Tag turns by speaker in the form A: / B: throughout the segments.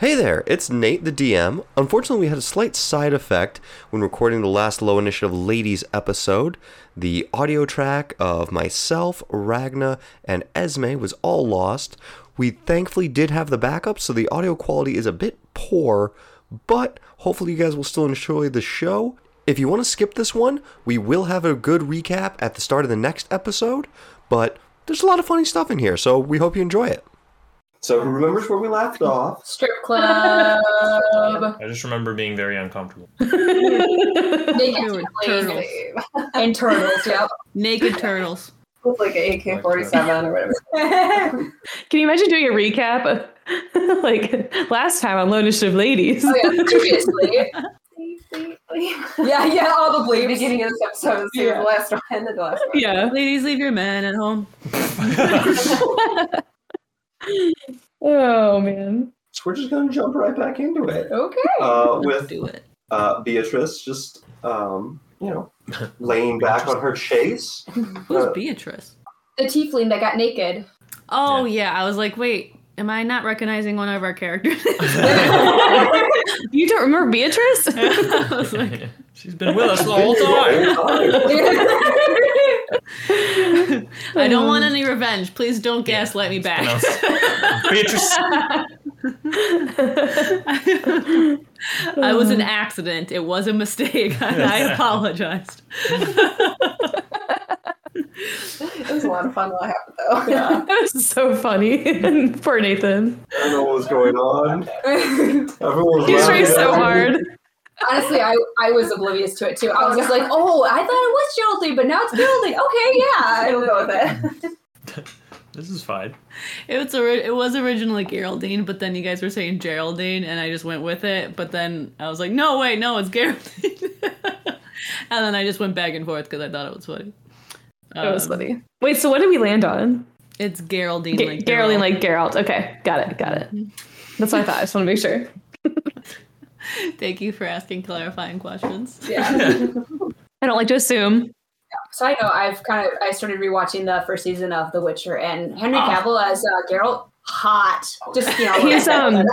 A: Hey there, it's Nate, the DM. Unfortunately, we had a slight side effect when recording the last Low Initiative Ladies episode. The audio track of myself, Ragna, and Esme was all lost. We thankfully did have the backup, so the audio quality is a bit poor, but hopefully, you guys will still enjoy the show. If you want to skip this one, we will have a good recap at the start of the next episode, but there's a lot of funny stuff in here, so we hope you enjoy it. So, who remembers where we left off?
B: Strip club.
C: I just remember being very uncomfortable.
B: Naked
D: Turtles.
B: turtles. And turtles, yep.
D: Naked turtles.
B: With like an AK 47 or whatever.
E: Can you imagine doing a recap? of- like last time on Lone Initiative Ladies.
B: oh, yeah, previously. yeah, yeah, all the bleeps. Beginning of this episode is
E: Yeah.
B: the last one and the last one.
E: yeah.
D: Ladies, leave your men at home.
E: Oh man.
A: So, we're just going to jump right back into it.
B: Okay.
A: Uh,
D: Let's
A: with
D: do it.
A: uh, Beatrice just, um, you know, laying back on her chase.
D: Who's
A: uh,
D: Beatrice?
B: The tiefling that got naked.
D: Oh yeah. I was like, wait, am I not recognizing one of our characters?
E: You don't remember Beatrice?
D: I was like,
C: She's been with us the whole time.
D: I don't want
E: Um,
D: any revenge. Please don't
C: Yeah,
D: gaslight me back.
C: pronounced- Beatrice.
D: I was an accident. It was a mistake. I, I apologized.
B: it was a lot of fun while it happened, though.
E: that was so funny. Poor Nathan.
A: I don't know what was going on. Everyone was
E: He's
A: laughing
E: trying so
A: at me.
E: hard.
B: Honestly, I, I was oblivious to it too. I was just like, oh, I thought it was Geraldine, but now it's Geraldine. Okay, yeah, I don't know with it.
C: This is fine.
D: It was ori- it was originally Geraldine, but then you guys were saying Geraldine, and I just went with it. But then I was like, no, wait, no, it's Geraldine. and then I just went back and forth because I thought it was funny.
E: That was
D: Um,
E: funny. Wait, so what did we land on?
D: It's Geraldine.
E: Ga-
D: like
E: Geraldine
D: Gerald. Mm-hmm.
E: like Geralt. Okay, got it, got it. That's what I thought. I just want to make sure.
D: Thank you for asking clarifying questions.
B: Yeah.
E: I don't like to assume.
B: So I know I've kind of I started rewatching the first season of The Witcher, and Henry Cavill as uh, Geralt, hot. Just you know,
E: He's um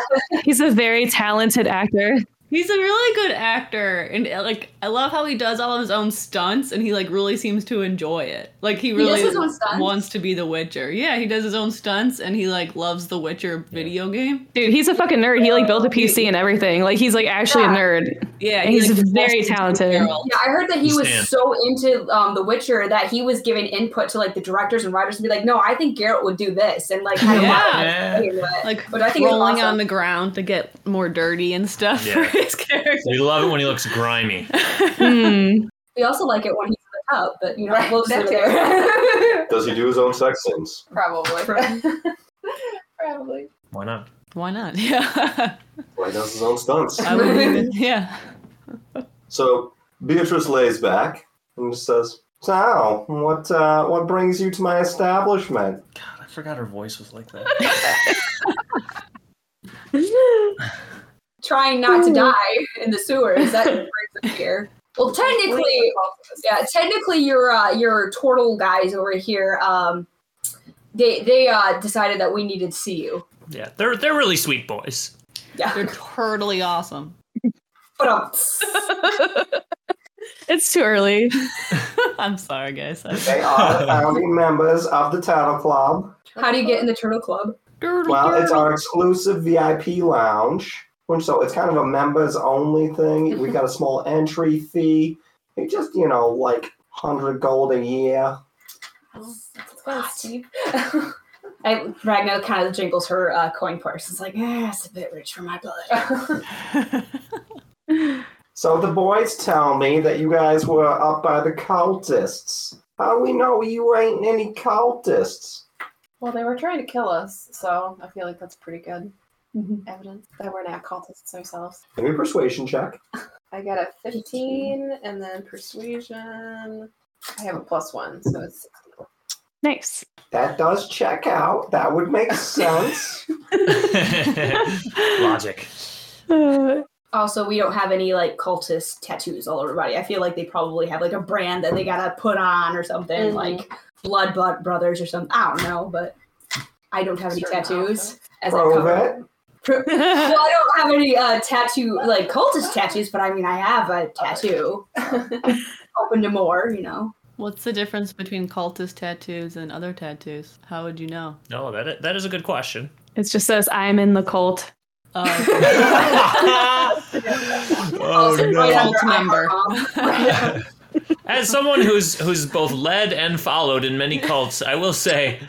E: he's a very talented actor.
D: He's a really good actor, and uh, like I love how he does all of his own stunts, and he like really seems to enjoy it. Like he
B: does
D: really
B: his own stunts?
D: wants to be the Witcher. Yeah, he does his own stunts, and he like loves the Witcher video game.
E: Dude, he's a fucking nerd. He like built a PC and everything. Like he's like actually
B: Yeah.
E: a nerd.
D: Yeah,
E: And
D: he,
E: he's
D: like,
E: very
D: loves
E: talented.
D: Geralt.
B: Yeah, I heard that he was
C: Stan.
B: so into um, The Witcher that he was giving input to like the directors and writers and be like, no, I think Geralt would do this, and like had a lot of
C: Yeah.
B: input into it.
D: like
B: But I think it's
D: rolling
B: awesome.
D: on the ground to get more dirty and stuff
C: Yeah.
D: for his character.
C: We love it when he looks grimy.
E: Hmm.
B: We also like it when he's in the tub, but you know, we'll just leave it
A: Does he do his own sex scenes?
B: there. Probably. Probably.
C: Why not?
D: Why not? Yeah,
A: Why does his own stunts?
D: I would even, yeah.
A: So Beatrice lays back and just says, "So, what uh, what brings you to my establishment?"
C: God, I forgot her voice was like that.
B: Trying not to die in the sewers. That brings up here. Well, technically, yeah, technically, your uh, your turtle guys over here, um, they they uh, decided that we needed to see you.
C: Yeah, they're they're really sweet boys.
B: Yeah,
D: They're totally awesome.
B: but um,
E: It's too early.
D: I'm sorry, guys.
A: They are the founding members of the Turtle Club.
B: how do you get in the turtle club?
A: Well, it's our exclusive VIP lounge, which so it's kind of a members only thing. We got a small entry fee. It just you know like hundred gold a year.
B: I, Ragnar kind of jingles her uh, coin purse. It's like, ah, it's a bit rich for my blood.
A: So the boys tell me that you guys were up by the cultists. How do we know you ain't any cultists?
F: Well, they were trying to kill us, so I feel like that's pretty good
B: Mhm.
F: evidence that we're not cultists ourselves.
A: Give me a persuasion check.
F: I got a 15, and then persuasion. I have a plus one, so it's
E: Nice.
A: That does check out. That would make sense.
C: Logic.
E: Uh,
B: Also, we don't have any like cultist tattoos all over our body. I feel like they probably have like a brand that they gotta put on or something,
D: Mm-hmm.
F: Mhm.
B: like Blood Blood Brothers or something. I don't know, but I don't have any
F: Certain
B: tattoos
F: outfits.
B: as a
A: Prove
B: cover.
A: it.
B: Well, I don't have any uh, tattoo, like cultist tattoos, but I mean, I have a tattoo. Open to more, you know.
D: What's the difference between cultist tattoos and other tattoos? How would you know?
C: No, that i- that is a good question.
E: It just says, I'm in the cult.
D: Oh,
B: Uh,
C: oh
B: Also, right under
D: Cult member.
B: IHOP.
C: As someone who's who's both led and followed in many cults, I will say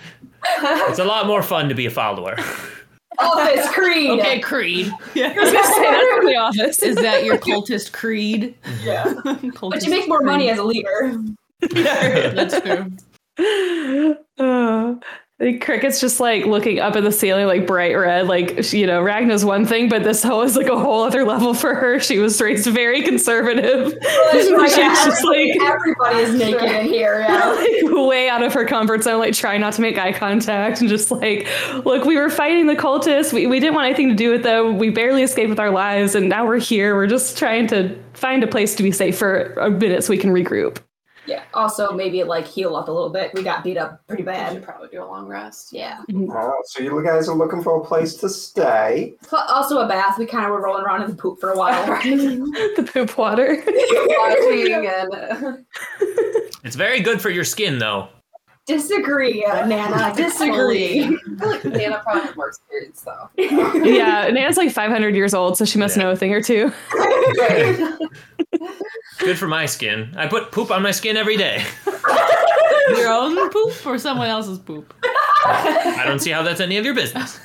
C: it's a lot more fun to be a follower.
B: Office Oh, Creed.
D: okay, creed.
E: the office.
D: Is that your cultist creed?
B: Yeah.
D: cultist
B: But you make more money
D: creed.
B: as a leader.
D: That's true.
E: Uh, the cricket's just like looking up at the ceiling, like bright red. Like she- you know, Ragna's one thing, but this whole is like a whole other level for her. She was raised very conservative.
B: That's why
E: She's just like,
B: Everybody is naked in here. Yeah.
E: like way out of her comfort zone, like trying not to make eye contact and just like, look, we were fighting the cultists. We we didn't want anything to do with them. We barely escaped with our lives, and now we're here. We're just trying to find a place to be safe for a minute so we can regroup.
B: yeah. Also, maybe like heal up a little bit. We got beat up pretty
F: I should
B: bad.
F: probably do a long rest.
B: Yeah.
G: All right, so you guys are looking for a place to stay.
B: Pl- Also, a bath. We kind of were rolling around in the poop for a while.
E: the poop water.
F: Watching and
C: It's very good for your skin, though.
B: disagree, uh, Nana. Disagree.
F: I feel like Nana probably has more experience though.
E: yeah, Nana's like 500 years old, so she must
C: Yeah.
E: know a thing or two.
C: Good for my skin. I put poop on my skin every day.
D: Your own poop or someone else's poop?
C: I don't see how that's any of your business.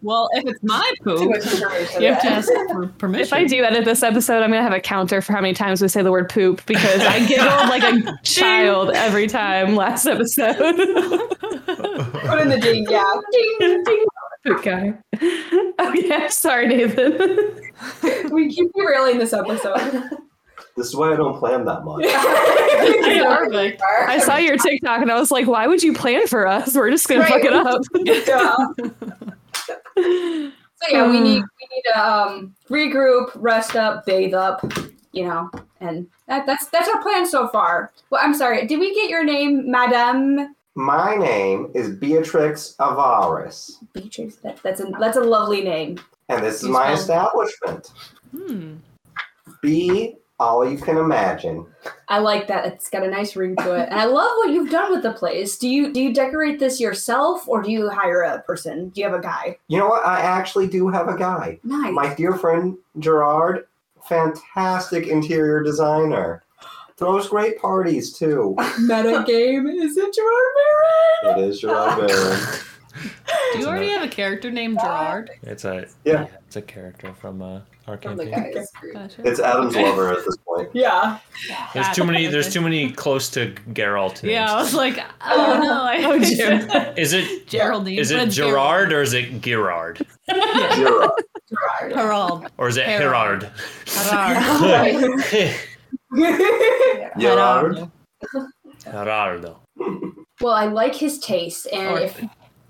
D: Well, if it's my
F: Too
D: poop,
F: much information.
D: you have to ask for permission.
E: If I do edit this episode, I'm gonna have a counter for how many times we say the word poop because I giggled like a child every time last episode.
B: Put in the ding. Yeah. Ding. ding.
E: poop guy. Okay, I'm Oh, sorry, Nathan.
B: We keep derailing this episode.
G: This is why I don't plan that much.
D: Perfect.
E: I saw your TikTok and I was like, why would you plan for us? We're just gonna
B: Right.
E: fuck it up.
B: Yeah. so yeah, we need we need to um, regroup, rest up, bathe up, you know, and that, that's that's our plan so far. Well, I'm sorry, did we get your name, Madame
G: My name is Beatrix Avaris,
B: Beatrice? That, that's a that's a lovely name.
G: and this is
D: You
G: my
D: spelled-
G: establishment.
D: Hmm.
G: Be all you can imagine.
B: I like that. It's got a nice ring to it, and I love what you've done with the place. Do you do you decorate this yourself, or do you hire a person? Do you have a guy?
G: You know what? I actually do have a guy.
B: Nice.
G: My dear friend Gerard, fantastic interior designer. Throws great parties too.
B: Meta game is it Gerard
G: It is Gerard Baron.
D: Do you already have a character named Gerard?
C: It's a
G: Yeah.
C: It's a character from uh, our
F: From the
C: campaign.
F: guys. group.
D: Gotcha.
G: It's Adam's lover at this point.
B: Yeah.
C: There's too many. There's too many close to Geralt. Names.
D: Yeah, I was like, oh no, I
E: Oh, Jim.
C: Is it
D: Geraldine.
C: is
D: but
C: it
D: it's
C: Gerard or is it Gerard
G: Gerard.
D: Gerald. Gerald.
C: or is it
D: Gerard.
C: Herard?
D: Gerard.
B: Right.
G: Gerard.
C: Gerardo.
B: Well, I like his taste, and
D: Or-
B: if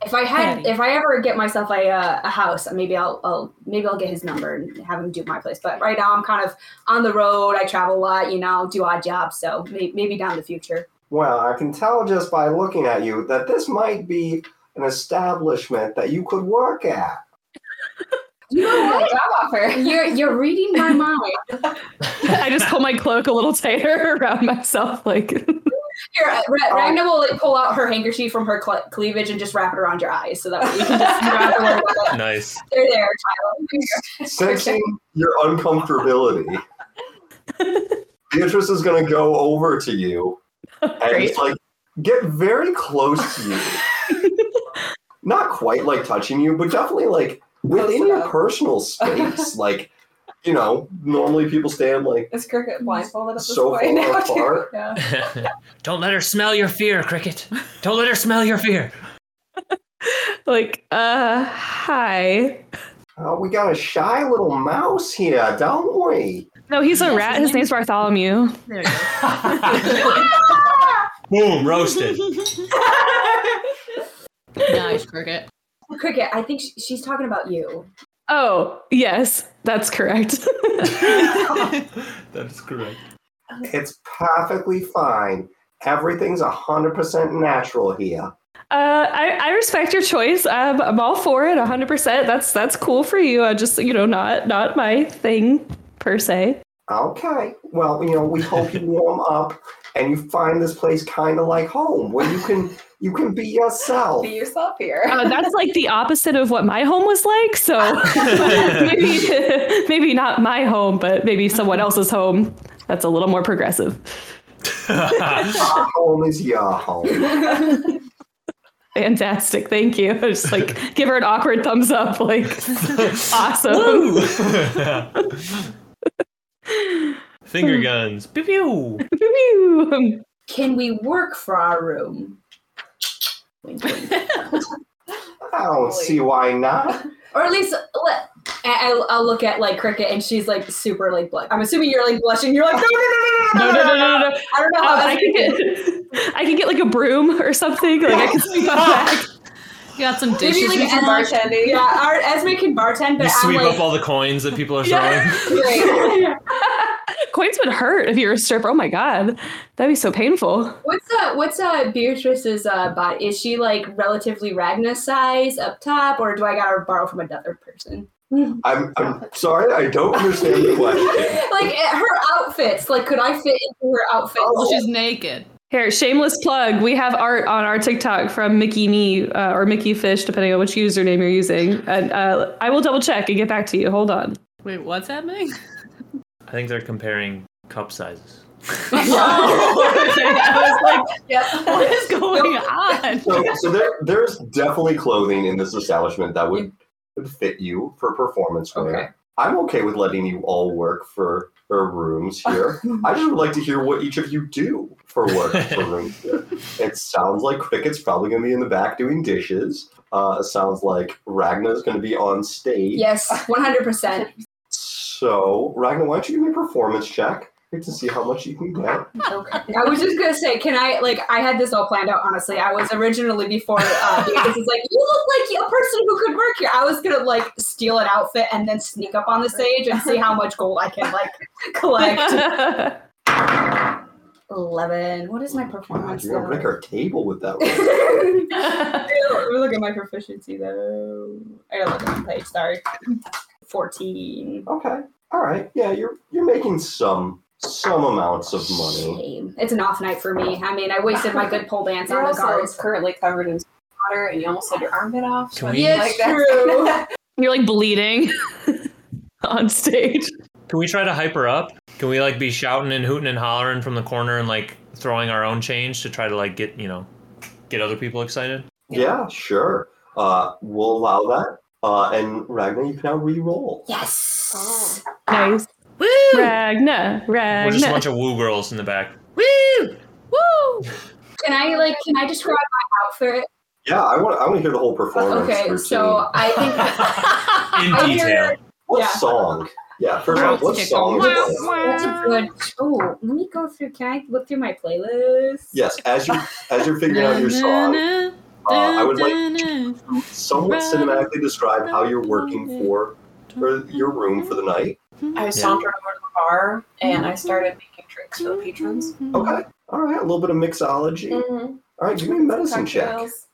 B: if I had
D: Patty.
B: if I ever get myself a uh, a house, maybe I'll, I'll maybe I'll get his number and have him do my place. But right now, I'm kind of on the road. I travel a lot, you know, do odd jobs, so may, maybe down the future.
G: Well, I can tell just by looking at you that this might be an establishment that you could work at.
B: You know what?
F: Job offer.
B: You're you're reading my mind.
E: I just pull my cloak a little tighter around myself, like
B: Here, uh, Ra- Ragna will like pull out her handkerchief from her cle cleavage and just wrap it around your eyes, so that way you can just you don't have to worry about it.
C: Nice.
B: They're there, Tyler.
G: Sensing your uncomfortability, Beatrice is going to go over to you and
E: Great.
G: just like get very close to you. Not quite like touching you, but definitely like within
F: Close
G: your
F: enough.
G: personal space. like, you know, normally people stand like
F: Is Cricket blindfolded at this
G: so
F: point now?
G: far
F: too?
G: apart.
F: Yeah.
C: Don't let her smell your fear, Cricket. Don't let her smell your fear.
E: like, uh hi.
G: Oh, we got a shy little mouse here, don't we?
E: No, he's a rat. His name's Bartholomew.
C: Boom, roasted.
D: Nice cricket.
B: Cricket, I think sh- she's talking about you.
E: Oh, yes, that's correct.
C: that is correct.
G: It's perfectly fine. Everything's 100% natural here.
E: Uh, I, I respect your choice. Um, I'm all for it, 100. percent That's that's cool for you. I just you know not not my thing per se.
G: Okay. Well, you know, we hope you warm up and you find this place kind of like home, where you can you can be yourself.
F: Be yourself here.
E: Uh, that's like the opposite of what my home was like. So maybe maybe not my home, but maybe someone else's home. That's a little more progressive.
G: Our home is your home.
E: Fantastic. Thank you. Just like give her an awkward thumbs up. Like awesome.
C: Woo! Finger guns. Pew pew.
B: Can we work for our room?
F: Wink, wink.
G: I don't see why not.
B: Or at least let, I, I- I'll look at like Cricket and she's like super like blush. I'm assuming you're like blushing. You're like, no, no, no, no, no, no, no, no, no, no.
E: Um,
B: Oh, I don't know how
E: I can get I can get like a broom or something. Like I can sweep up back.
D: got some
B: Maybe
D: dishes.
B: like
D: you
B: an
D: can
B: hour-
D: wash.
F: bartending.
B: Yeah, our, Esme can bartend, but
C: You
B: I'm
C: sweep
B: like,
C: up all the coins that people are throwing.
E: Yeah.
B: great.
E: Coins would hurt if you were a stripper. Oh my god, that'd be so painful.
B: What's uh what's uh Beatrice's uh body? Is she like relatively Ragna size up top, or do I gotta borrow from another person?
G: I'm I'm sorry, I don't understand the question.
B: like eh, her outfits, like could I fit into her outfit?
D: Well, Oh, she's naked.
E: Here, shameless plug. We have art on our TikTok from Mickey Me uh, or Mickey Fish, depending on which username you're using. And uh, I will double check and get back to you. Hold on.
D: Wait, what's happening?
C: I think they're comparing cup sizes.
D: I was like,
F: Yep.
D: what is going on?
G: So so there there's definitely clothing in this establishment that would would fit you for performance wear.
F: Okay.
G: I'm okay with letting you all work for for rooms here. I just would like to hear what each of you do for work for rooms here. It sounds like Cricket's probably going to be in the back doing dishes. Uh, it sounds like Ragna's going to be on stage.
B: yes, one hundred percent.
G: So, Ragna, why don't you give me a performance check to see how much you can get?
B: Okay. I was just gonna say, can I like I had this all planned out honestly. I was originally before uh because it's like you look like a person who could work here. I was gonna like steal an outfit and then sneak up on the stage and see how much gold I can like collect. Eleven. What is my
G: Wow,
B: performance?
G: you're going to break
B: though?
G: our table with that one.
B: Let me look at my proficiency though. I gotta look at my page, sorry. Fourteen.
G: Okay. All right. Yeah, you're you're making some some amounts of money.
B: Shame. It's an off night for me. I mean, I wasted my good pole dance
F: You're
B: on the
F: also
B: guards.
F: currently covered in water, and you almost had your arm bit off.
C: Can
F: I
C: we-
F: mean,
C: Yeah,
B: it's
F: that's-
B: true.
E: You're like bleeding on stage.
C: Can we try to hype her up? Can we like be shouting and hooting and hollering from the corner and like throwing our own change to try to like get you know get other people excited?
G: Yeah, sure. Uh, we'll allow that. Uh, and Ragnar, you can now re-roll.
F: Oh.
B: Yes.
E: Nice.
D: Woo!
E: Ragna,
C: We're just a
E: Ragna.
C: bunch of woo girls in the back.
D: Woo! Woo!
B: Can I like? Can I describe my outfit?
G: Yeah, I want I want to hear the whole performance.
B: Okay,
G: routine.
B: so I think
C: In
B: I
C: detail.
B: hear-
G: what
B: yeah.
G: song? Yeah, first off, what
D: Tickle.
G: song is
D: Wow,
G: it?
B: that's a good. Oh, let me go through. Can I look through my playlist?
G: Yes, as you as you're figuring out your song, uh, I would like somewhat cinematically describe how you're working for for your room for the night.
F: I sauntered over to the bar and I started making drinks for the patrons.
G: Okay. All right, a little bit of mixology. All right, give me a medicine check.
F: Mm-hmm. Cocktails.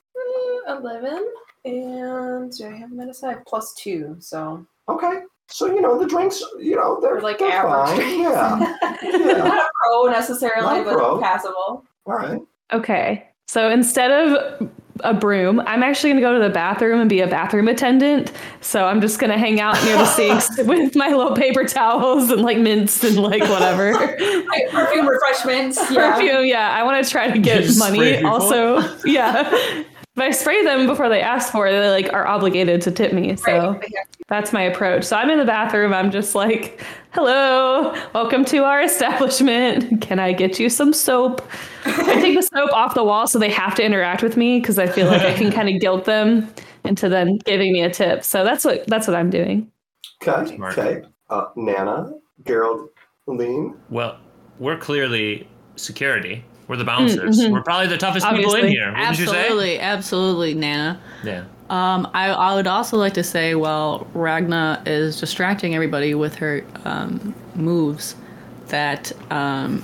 F: Uh, Eleven. And do I have medicine? I have plus two, so
G: Okay. So you know the drinks, you know they're
F: They're like
G: they're
F: average
G: fine.
F: drinks.
G: Yeah. yeah.
F: not a pro necessarily,
G: Not a pro.
F: but passable.
G: All right.
E: Okay. So instead of a broom, I'm actually going to go to the bathroom and be a bathroom attendant. So I'm just going to hang out near the sinks with my little paper towels and like mints and like whatever.
B: My perfume refreshments. Yeah.
E: Perfume, yeah. I want to try to get
C: just spray
E: money
C: people?
E: also. yeah. If I spray them before they ask for it, they like are obligated to tip me. So
F: Right. Yeah.
E: that's my approach. So I'm in the bathroom. I'm just like, hello, welcome to our establishment. Can I get you some soap? I take the soap off the wall so they have to interact with me because I feel like I can kind of guilt them into then giving me a tip. So that's what that's what I'm doing.
G: Okay.
C: Smart.
G: Okay. Uh, Nana, Geraldine.
C: Well, we're clearly security. We're the bouncers.
E: mhm.
C: We're probably the toughest people in
E: Obviously.
C: here. Wouldn't you
D: Absolutely, absolutely, Nana.
C: say? Yeah.
D: Um, I, I would also like to say, while Ragna is distracting everybody with her um, moves, that um,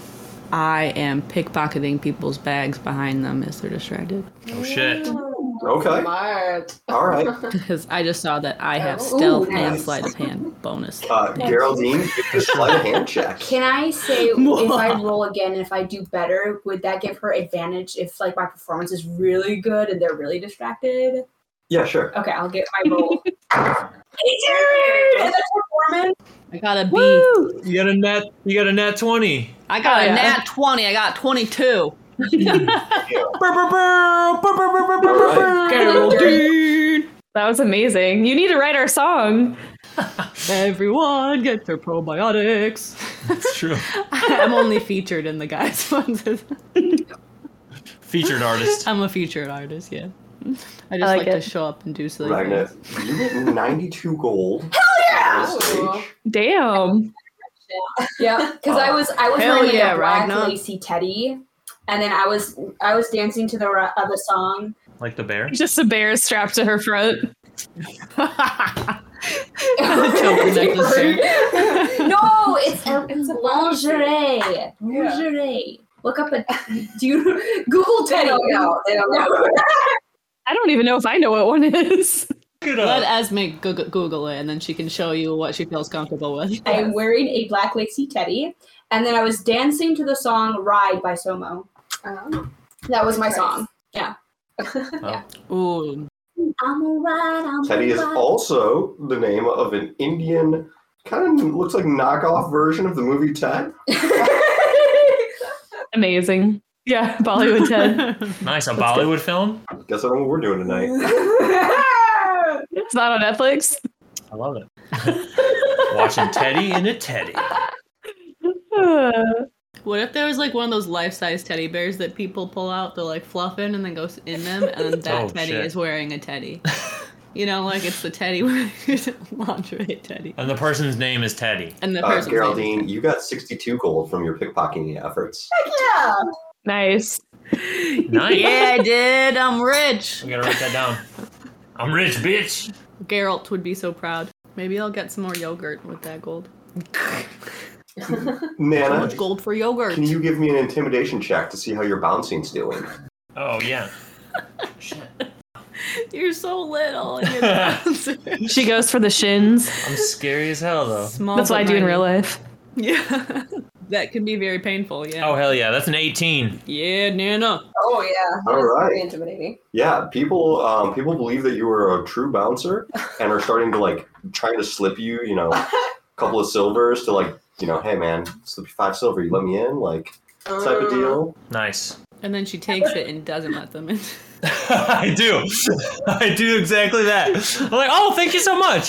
D: I am pickpocketing people's bags behind them as they're distracted.
C: Oh shit.
G: Okay.
F: Smart.
G: All right. Uh,
D: Because I just saw that I have
F: Oh,
D: stealth and
B: nice.
D: sleight of hand bonus.
G: Uh,
D: Thanks.
G: Geraldine, give the sleight of hand check.
B: Can I say if I roll again and if I do better, would that give her advantage if like my performance is really good and they're really distracted?
G: Yeah, sure.
B: Okay, I'll get my roll. hey, dude! And that's performance.
D: I got a B.
E: Woo!
C: You got a net. You got a net twenty.
D: I got
E: Oh,
D: a
E: yeah.
D: nat 20. I got 22.
G: All right.
E: That was amazing. You need to write our song.
D: Everyone gets their probiotics.
C: It's true.
D: I'm only featured in the guys' ones.
C: Featured artist.
D: I'm a featured artist, yeah. I just
E: like
D: like,
E: it.
D: to show up and do silly
G: Ragna,
D: things.
G: you get 92 gold. Hell
B: yeah!
E: Damn.
B: Yeah, because I was I was
D: Hell
B: wearing like,
D: yeah,
B: a black
D: Ragnar.
B: lacy teddy, and then I was I was dancing to the ra- uh, the song.
C: Like the bear.
E: Just a bear strapped to her front.
D: Choker necklace there.
B: no, it's a, it's a lingerie.
F: Yeah.
B: Lingerie. Look up a do you Google
F: They
B: teddy?
F: don't know. They don't know.
E: I don't even know if I know what one is.
C: Look it
D: Let
C: up.
D: Esme Google, Google it and then she can show you what she feels comfortable with.
B: I am wearing a black lacy teddy, and then I was dancing to the song "Ride" by Somo.
F: Um,
B: That was my
F: Nice.
B: song.
D: Ooh.
B: I'm a ride. I'm
G: Teddy is also the name of an Indian, kind of looks like knockoff version of the movie Ted.
E: Amazing. Yeah, Bollywood Ted.
C: Nice. A Bollywood film.
G: Guess I don't know what we're doing tonight.
F: Oh,
E: It's not on Netflix.
C: I love it. Watching Teddy in a Teddy.
E: Uh,
D: What if there was like one of those life size teddy bears that people pull out, they're like fluffing and then goes in them, and then that
C: Oh,
D: teddy
C: shit.
D: is wearing a teddy? You know, like it's the teddy lingerie teddy.
C: And the person's name is Teddy.
D: And the
G: Uh,
D: person's name is
G: Geraldine, you got 62 gold from your pickpocketing efforts.
B: yeah.
E: nice.
C: Nice.
D: Yeah, I did. I'm rich.
C: I gotta write that down. I'm rich, bitch.
D: Geralt would be so proud. Maybe I'll get some more yogurt with that gold. So
G: Nana,
D: much gold for yogurt.
G: can you give me an intimidation check to see how your bouncing's doing?
C: Oh yeah.
D: You're so little. and you're-
E: She goes for the shins.
C: I'm scary as hell though.
D: Small
E: That's what
D: but
E: I do in
D: mighty.
E: real life.
D: Yeah. that can be very painful, yeah.
C: Oh hell yeah, that's an 18.
D: Yeah, Nana.
F: oh yeah.
G: All
F: That's
G: right.
F: pretty Intimidating.
G: Yeah, people um, people believe that you are a true bouncer and are starting to like trying to slip you, you know, a couple of silvers to like, you know, hey man, slip you five silver, you let me in, like type of deal.
C: Nice.
D: And then she takes it and doesn't let them in.
C: I do. I do exactly that. I'm like, oh, thank you so much.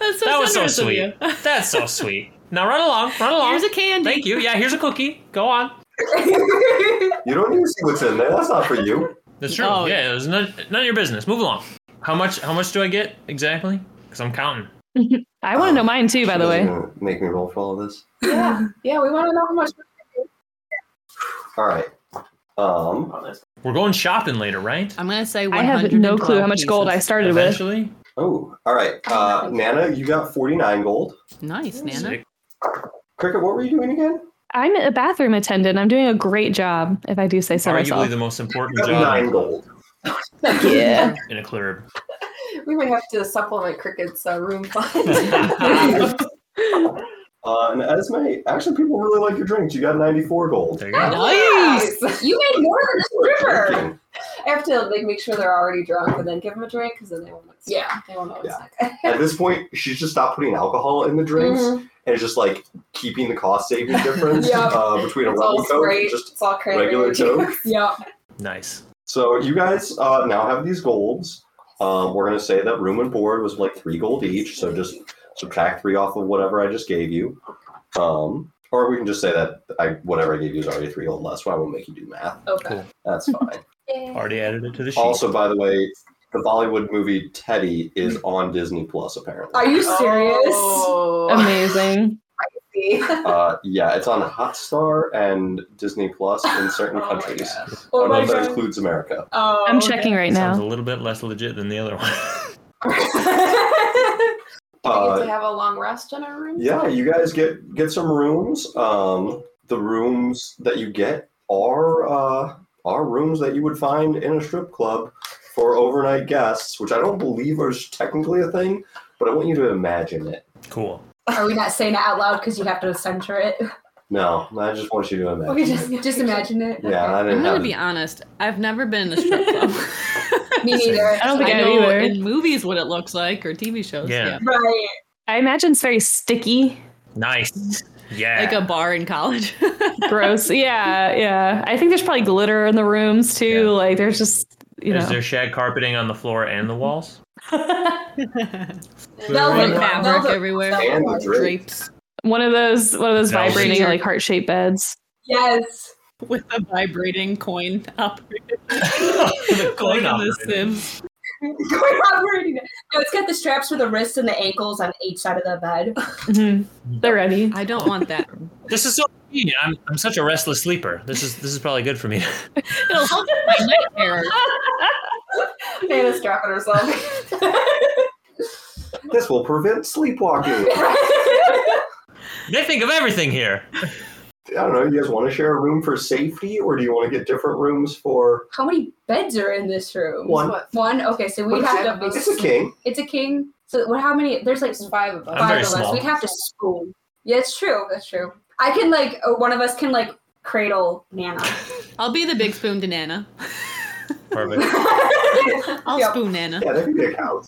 D: That's so
C: That was so
D: generous of
C: sweet.
D: you. Oh,
C: That's so sweet. Now run along, run along.
D: Here's a candy.
C: Thank you. Yeah, here's a cookie. Go on.
G: You don't even see what's in there. That's not for you.
C: That's true.
D: Oh,
C: yeah, it was none, none of your business. Move along. How much? How much do I get exactly? Because I'm counting.
E: I want to know mine too, by the way.
G: Gonna Make me roll for all of this.
F: Yeah. Yeah. We want to know how much.
G: All right. Um
C: We're going shopping later, right?
D: I'm gonna say
E: I have no clue how much gold I started with.
C: Eventually.
G: oh, all right. Uh Nana, you got 49 gold.
D: Nice, Nana.
C: Sick.
G: Cricket, what were you doing again?
E: I'm a bathroom attendant. I'm doing a great job, if I do say so
C: Arguably
E: myself.
C: the most important
G: You got
C: job
G: nine gold.
E: yeah.
C: in a club.
F: We might have to supplement Cricket's uh, room fund.
C: there
G: Uh, and Esme, actually, people really like your drinks. You got 94 gold.
C: you go.
F: nice.
B: You made more than the stripper.
G: Drinking.
F: I have to like make sure they're already drunk and then give them a drink because then they won't. Know it's-
B: Yeah.
F: They won't know it's
G: Yeah.
F: not good.
G: At this point, she's just stopped putting alcohol in the drinks
B: Mm-hmm.
G: and just like keeping the cost saving difference
F: Mm-hmm. Yeah.
G: uh, between a
F: It's
G: rum
F: all
G: and coke
F: straight.
G: and just
F: It's all crazy.
G: regular coke.
B: Yeah.
C: Nice.
G: So you guys uh, now have these golds. Um, we're gonna say that room and board was like three gold each. So just subtract three off of whatever I just gave you. Um, or we can just say that I whatever I gave you is already three gold less. So I won't make you do math.
B: Okay.
G: That's fine.
C: Already added it to the sheet.
G: also, by the way, the Bollywood movie Teddy is on Disney Plus apparently.
B: Are you serious?
F: Oh,
E: Amazing.
B: Oh
G: Uh, yeah, it's on Hotstar and Disney Plus in certain
F: Oh my
G: countries.
F: gosh.
G: I
B: Oh
G: don't know
B: my
G: if that
B: god.
G: includes America.
B: Oh,
E: I'm checking right
C: Sounds
E: now.
C: a little bit less legit than the other one.
F: Do we get
G: Uh,
F: to have a long rest in our room?
G: yeah, you guys get get some rooms. Um, the rooms that you get are uh, are rooms that you would find in a strip club for overnight guests, which I don't believe is technically a thing, but I want you to imagine it.
C: Cool.
B: Are we not saying it out loud because you have to censor it?
G: No, I just want you to imagine.
B: Okay,
G: it.
B: just just imagine it.
G: Yeah, I
B: Okay.
G: didn't
D: I'm
G: have
D: gonna be honest. I've never been in a strip club.
B: me neither.
E: I don't think
D: I
E: I
D: know
E: either.
D: in movies what it looks like or TV shows.
C: Yeah.
B: Right.
E: I imagine it's very sticky,
C: Nice. Yeah.
D: Like a bar in college.
E: gross. yeah, yeah. I think there's probably glitter in the rooms too.
C: Yeah.
E: Like there's just you
C: Is
E: know.
C: there shag carpeting on the floor and the walls?
B: Velvet
G: Right.
D: fabric everywhere.
G: And the drapes.
D: Drapes
E: one of those one of those
C: Velvet.
E: vibrating like heart shaped beds.
B: Yes.
D: with a vibrating coin operated
C: the
D: like in
C: coin
D: the
C: operator.
D: Sims.
B: Quite operating. No, it's got the straps for the wrists and the ankles on each side of the bed.
E: Mhm. They're ready.
D: I don't want that.
C: This is so convenient. I'm, I'm such a restless sleeper. This is this is probably good for me.
D: It'll help with my night terrors.
F: Anna's dropping herself.
G: This will prevent sleepwalking. I
C: they think of everything here.
G: don't know. You guys want to share a room for safety, or do you want to get different rooms for
B: How many beds are in this room?
G: One.
F: What?
B: One. Okay, so we
F: What is
B: have
F: that?
B: to.
G: It's a king.
B: It's a king. So what? How many? There's like
F: There's five of us.
C: I'm
B: five
C: very
B: of us.
C: small.
B: We'd have to spoon. Yeah, it's true. That's true. I can like uh, one of us can like cradle Nana.
D: I'll be the big spoon to Nana.
C: Perfect.
D: I'll
B: Yep.
D: spoon Nana.
G: Yeah, that could be a house.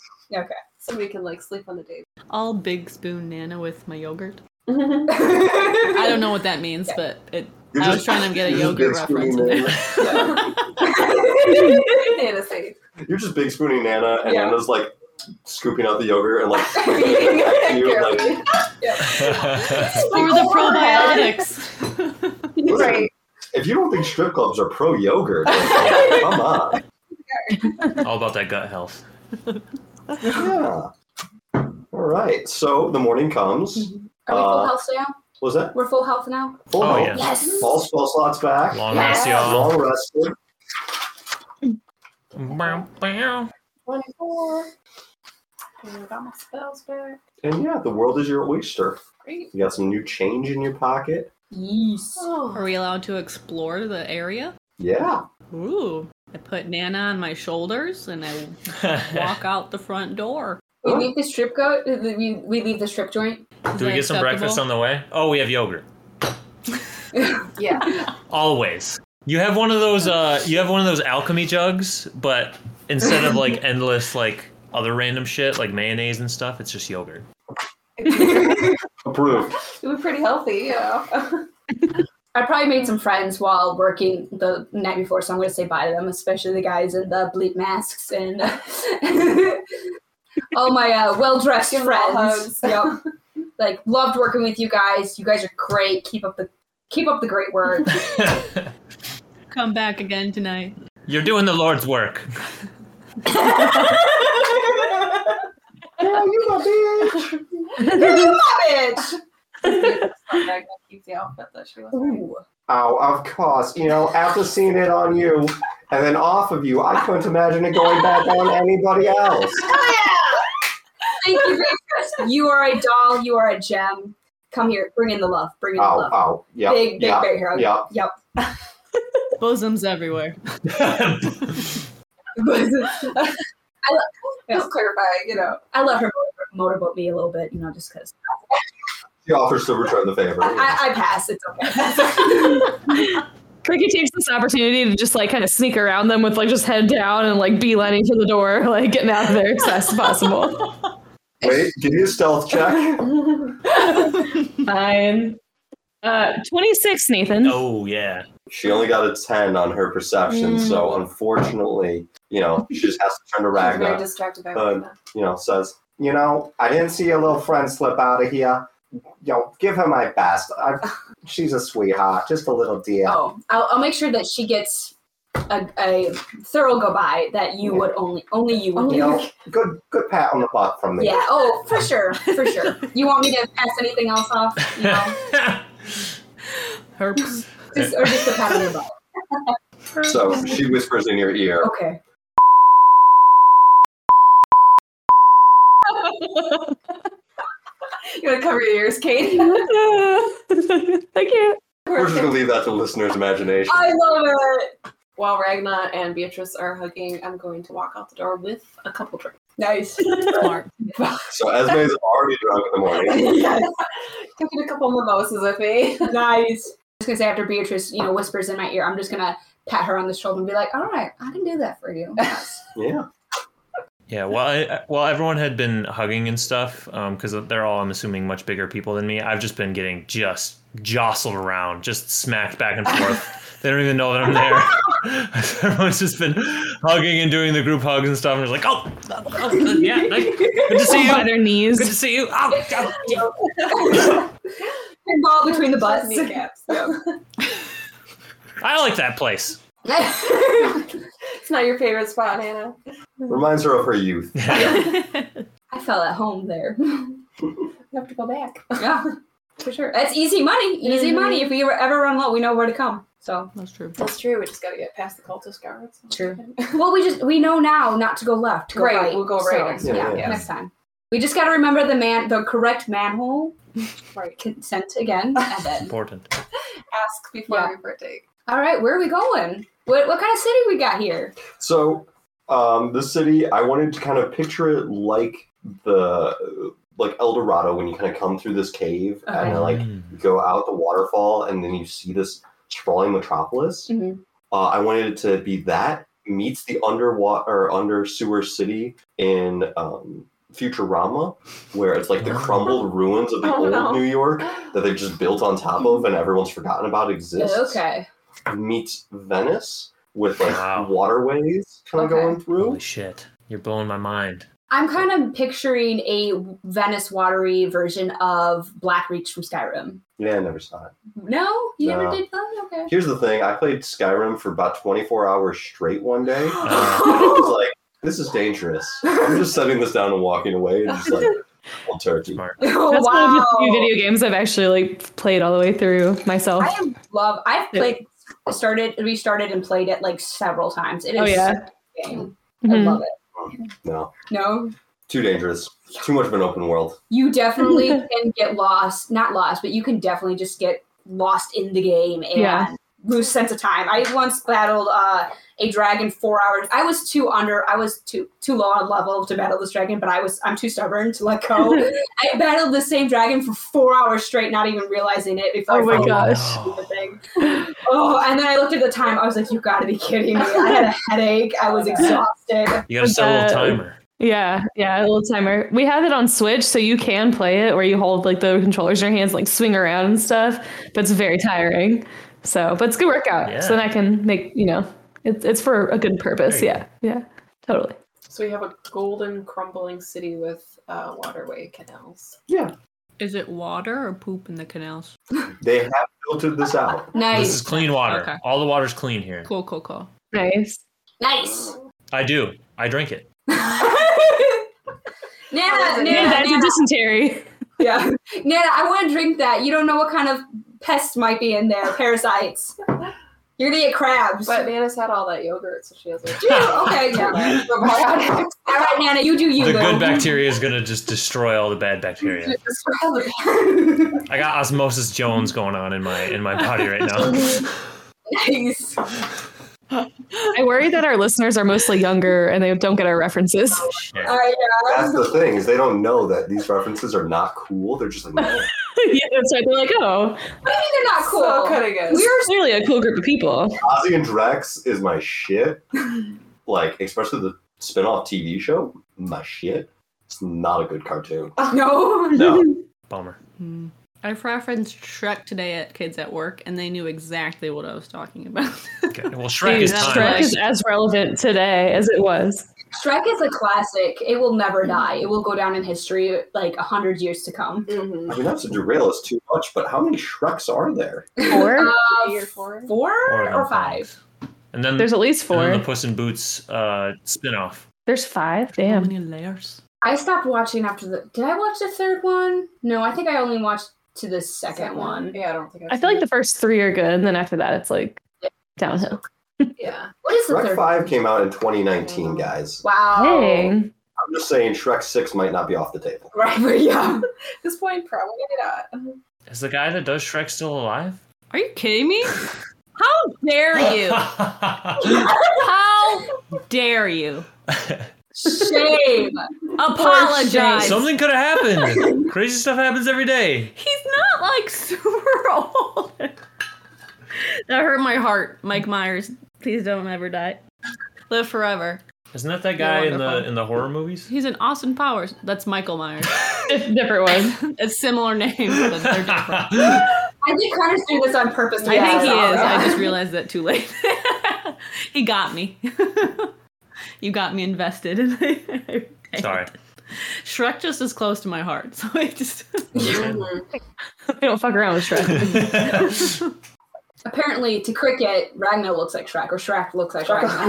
F: Somebody can like sleep on the day.
D: I'll big spoon Nana with my yogurt. I
B: I
D: don't know what that means, but it.
G: You're
D: I was
G: just-
D: trying to get a
G: you're just
D: yogurt
G: big spooning
D: reference in there.
G: Nana.
F: Anna safe.
G: You're just big spooning Nana, and
B: Yeah.
G: Nana's like scooping out the yogurt and like you like
D: For the probiotics.
G: Right. if you don't think strip clubs are pro yogurt, like, come on.
C: All about that gut health.
G: Yeah. All right. So the morning comes.
B: Are we full
G: Uh,
B: health now?
G: Was that
B: We're full health now.
G: full?
C: Oh,
G: health?
C: yeah.
B: Yes.
G: All spell slots back.
C: Long
B: Yeah.
C: rest, y'all.
G: Long rested.
C: Bow, bow.
F: 24. And I got my spells back.
G: And yeah, the world is your oyster.
F: Great.
G: You got some new change in your pocket.
B: Yes.
D: Are
F: Oh.
D: we allowed to explore the area?
G: Yeah.
D: Ooh. I put Nana on my shoulders and I walk out the front door.
B: We leave the strip go. We, we leave the strip joint.
D: Is
C: Do we
D: that
C: get some
D: acceptable?
C: breakfast on the way? Oh, we have yogurt.
F: Yeah.
C: Always. You have one of those uh you have one of those alchemy jugs, but instead of like endless like other random shit like mayonnaise and stuff, it's just yogurt.
G: Approved.
F: It was pretty healthy, yeah.
B: I probably made
F: Mm.
B: some friends while working the night before, so I'm going to say bye to them, especially the guys in the bleep masks and all my uh, well dressed
F: Give them all
B: friends.
F: hugs.
B: Yep. Like loved working with you guys. You guys are great. Keep up the keep up the great work.
D: Come back again tonight.
C: You're doing the Lord's work.
G: Yeah, you my bitch.
B: Savage.
F: Oh, the outfit that she was wearing.
B: Ooh.
G: Oh, of course. You know, after seeing it on you and then off of you, I couldn't imagine it going back on anybody else.
B: Thank you, Grace. You are a doll. You are a gem. Come here. Bring in the love. Bring in the
G: Oh,
B: love.
G: oh, yeah,
B: big, big
G: yeah,
B: bear hug.
G: yeah.
B: Yep.
D: Bosoms everywhere.
F: Just clarify, you know.
B: I love her motor- motorboat me a little bit, you know, just because
G: She offers to return the favor.
B: I, I, I pass. It's okay.
E: Cricket takes this opportunity to just like kind of sneak around them with like just head down and like beelining to the door, like getting out of there as fast as possible.
G: Wait, give me a stealth check.
E: Fine. Uh, 26, Nathan.
C: oh yeah.
G: She only got a 10 on her perception, so unfortunately, you know, she just has to turn to
F: Mm. She's very
G: Ragnar.
F: distracted by
G: Uh,
F: Ragnar.
G: You know, says, You know, I didn't see your little friend slip out of here. You know, give her my best. i she's a sweetheart, just a little dear.
B: oh, I'll, I'll make sure that she gets a, a thorough goodbye that you would only only you would
G: You
B: do.
G: know, good good pat on the butt from me.
B: Yeah. Oh, for sure, for sure. You want me to pass anything else off? You know,
D: Herps.
B: just, or just a pat on the butt.
G: So she whispers in your ear.
B: Okay.
F: You want to cover your ears, Kate?
E: I can't.
G: We're just gonna leave that to listeners' imagination.
B: I love it.
F: While Ragna and Beatrice are hugging, I'm going to walk out the door with a couple drinks.
B: Nice.
D: Smart.
G: So Esme's already drunk in the morning.
F: yes. Taking a couple mimosas with me.
B: nice. I was gonna say after Beatrice, you know, whispers in my ear, I'm just gonna pat her on the shoulder and be like, "All right, I can do that for you." Yes.
G: Yeah.
C: Yeah, while I, while everyone had been hugging and stuff, because they're all, I'm assuming, much bigger people than me. I've just been getting just jostled around, just smacked back and forth. they don't even know that I'm there. Everyone's just been hugging and doing the group hugs and stuff. And it's like, oh, oh, oh, yeah, nice. good to see
E: By
C: you.
E: their
C: Good
E: knees.
C: to see you. Oh, oh.
B: Pinball between the butts.
F: Kneecaps.
C: I like that place.
F: It's not your favorite spot, Hannah.
G: Reminds her of her youth.
B: I felt at home there.
F: You have to go back.
B: Yeah, for sure. That's easy money. Easy
F: Mhm.
B: money. If we ever- ever run low, we know where to come. So
D: That's true.
F: That's true. We just got to get past the cultist guards.
B: True. well, we just we know now not to go left. Go
F: Right,
B: right.
F: we'll go right next
B: yeah,
G: time. Yeah.
B: next time. We just got to remember the man, the correct manhole
F: Right.
B: consent again. And then,
C: Important.
F: Ask before
B: Yeah.
F: we partake.
B: all right, where are we going? What what kind of city we got here?
G: So, um, the city, I wanted to kind of picture it like the like El Dorado when you kind of come through this cave and
B: Okay.
G: like
C: Mm.
G: go out the waterfall and then you see this sprawling metropolis.
B: Mhm.
G: Uh, I wanted it to be that meets the underwater or under sewer city in um, Futurama, where it's like the
C: Oh.
G: crumbled ruins of the
F: Oh,
G: old
F: no.
G: New York that they just built on top of and everyone's forgotten about exists.
B: Okay.
G: Meets Venice with like
C: Wow.
G: waterways kind of
B: Okay.
G: going through.
C: Holy shit. You're blowing my mind.
B: I'm kind of picturing a Venice watery version of Blackreach from Skyrim.
G: Yeah, I never saw it.
B: No, you
G: No.
B: never did that. Okay.
G: Here's the thing: I played Skyrim for about 24 hours straight one day. I
B: Oh,
G: was like, "This is dangerous." I'm just setting this down and walking away, and just like cold turkey.
C: Smart.
E: That's one of the few
B: wow.
E: video games I've actually like played all the way through myself.
B: I am love. I've
E: Yeah.
B: played, started, restarted, and played it like several times. It is
E: Oh, yeah.
B: such a good game.
E: Mhm.
B: I love it.
G: No,
B: No,
G: too dangerous. It's too much of an open world.
B: you definitely can get lost. Not lost, but you can definitely just get lost in the game and
E: Yeah.
B: lose sense of time. I once battled uh, a dragon four hours. I was too under. I was too too low on level to battle this dragon, but I was I'm too stubborn to let go. I battled the same dragon for four hours straight, not even realizing it. Before
E: Oh
B: I
E: my
B: finally
E: gosh.
B: the thing. Oh, and then I looked at the time. I was like, "You got to be kidding me!" I had a headache. I was exhausted.
C: You gotta set a
E: Uh,
C: little timer.
E: Yeah, yeah, a little timer. We have it on Switch, so you can play it where you hold like the controllers in your hands, like swing around and stuff. But it's very tiring. So, but it's a good workout.
C: Yeah.
E: So then I can make you know, it's it's for a good purpose.
C: There you
E: Yeah, yeah, totally.
F: So we have a golden crumbling city with uh, waterway canals.
D: Is it water or poop in the canals?
G: They have filtered this out.
C: This is
B: Nice,
C: clean water.
D: Okay.
C: All the water's clean here.
D: Cool, cool, cool.
E: Nice.
B: nice.
C: I do. I drink it.
B: Nana,
E: Yeah,
B: Nana,
E: that's a
B: Nana,
E: dysentery.
B: yeah. Nana, I want to drink that. You don't know what kind of pests might be in there, parasites. You're gonna get crabs.
F: But Nana's had all that yogurt, so she has a
B: Yeah, okay, yeah.
F: probiotics.
B: All right, Nana, you do you.
C: the
B: boo.
C: good bacteria is gonna just destroy all the bad bacteria. I got osmosis Jones going on in my in my body right now.
B: nice.
E: I worry that our listeners are mostly younger and they don't get our references.
C: Shit.
B: All right,
G: That's
B: yeah.
G: the thing is they don't know that these references are not cool. They're just like, no.
E: yeah, that's right. They're like, oh,
B: Maybe they're not cool.
F: So could have
B: We're
E: clearly a cool group
C: Oh,
E: of people.
G: Ozzy and Drex is my shit. Like, especially the spin-off TV show, my shit. It's not a good cartoon.
B: no.
G: No.
C: Bummer.
D: Hmm. I referenced Shrek today at kids at work, and they knew exactly what I was talking about.
C: Okay. Well, Shrek is
E: Dude,
D: that's
C: timeless.
E: Shrek
D: right.
E: is as relevant today as it was.
B: Shrek is a classic. It will never die. It will go down in history like a hundred years to come.
F: Mm-hmm.
G: I mean, not to derail us too much, but how many Shreks are there?
E: Or
F: Three or four.
B: Four
C: Or
B: or
C: no
B: five?
C: And then
E: there's at least
C: and then
E: four.
C: the Puss in Boots uh, spin-off.
E: There's five.
D: How
E: Damn.
D: many layers?
B: I stopped watching after the. Did I watch the third one? No, I think I only watched to the second, one.
F: Yeah, I don't think. I've
E: I feel like
F: seen
E: the first three are good, and then after that, it's like downhill.
F: it. yeah.
B: What is the
G: Shrek
B: third?
G: 5 came out in 2019, guys.
B: Wow.
E: Oh. Dang.
G: I'm just saying Shrek 6 might not be off the table.
B: Right, but yeah.
F: At this point, probably not.
C: Is the guy that does Shrek still alive?
D: Are you kidding me? How dare you? How dare you?
B: Shame.
D: Apologize.
C: Something could have happened. Crazy stuff happens every day.
D: He's not like super old. that hurt my heart. Mike Myers, please don't ever die. Live forever.
C: Isn't that that guy in the
D: wonderful.
C: in the horror movies?
D: He's in Austin Powers. That's Michael Myers.
E: Dif- different one.
D: a similar name, but they're different.
B: I think Connor's doing this on purpose. to
D: I
B: mess
D: think he
B: us
D: is.
B: up.
D: I just realized that too late. he got me. you got me invested.
C: Sorry.
D: Shrek just is close to my heart, so I just
E: I don't fuck around with Shrek.
B: Apparently, to cricket, Ragnar looks like Shrek, or Shrek looks like Ragnar.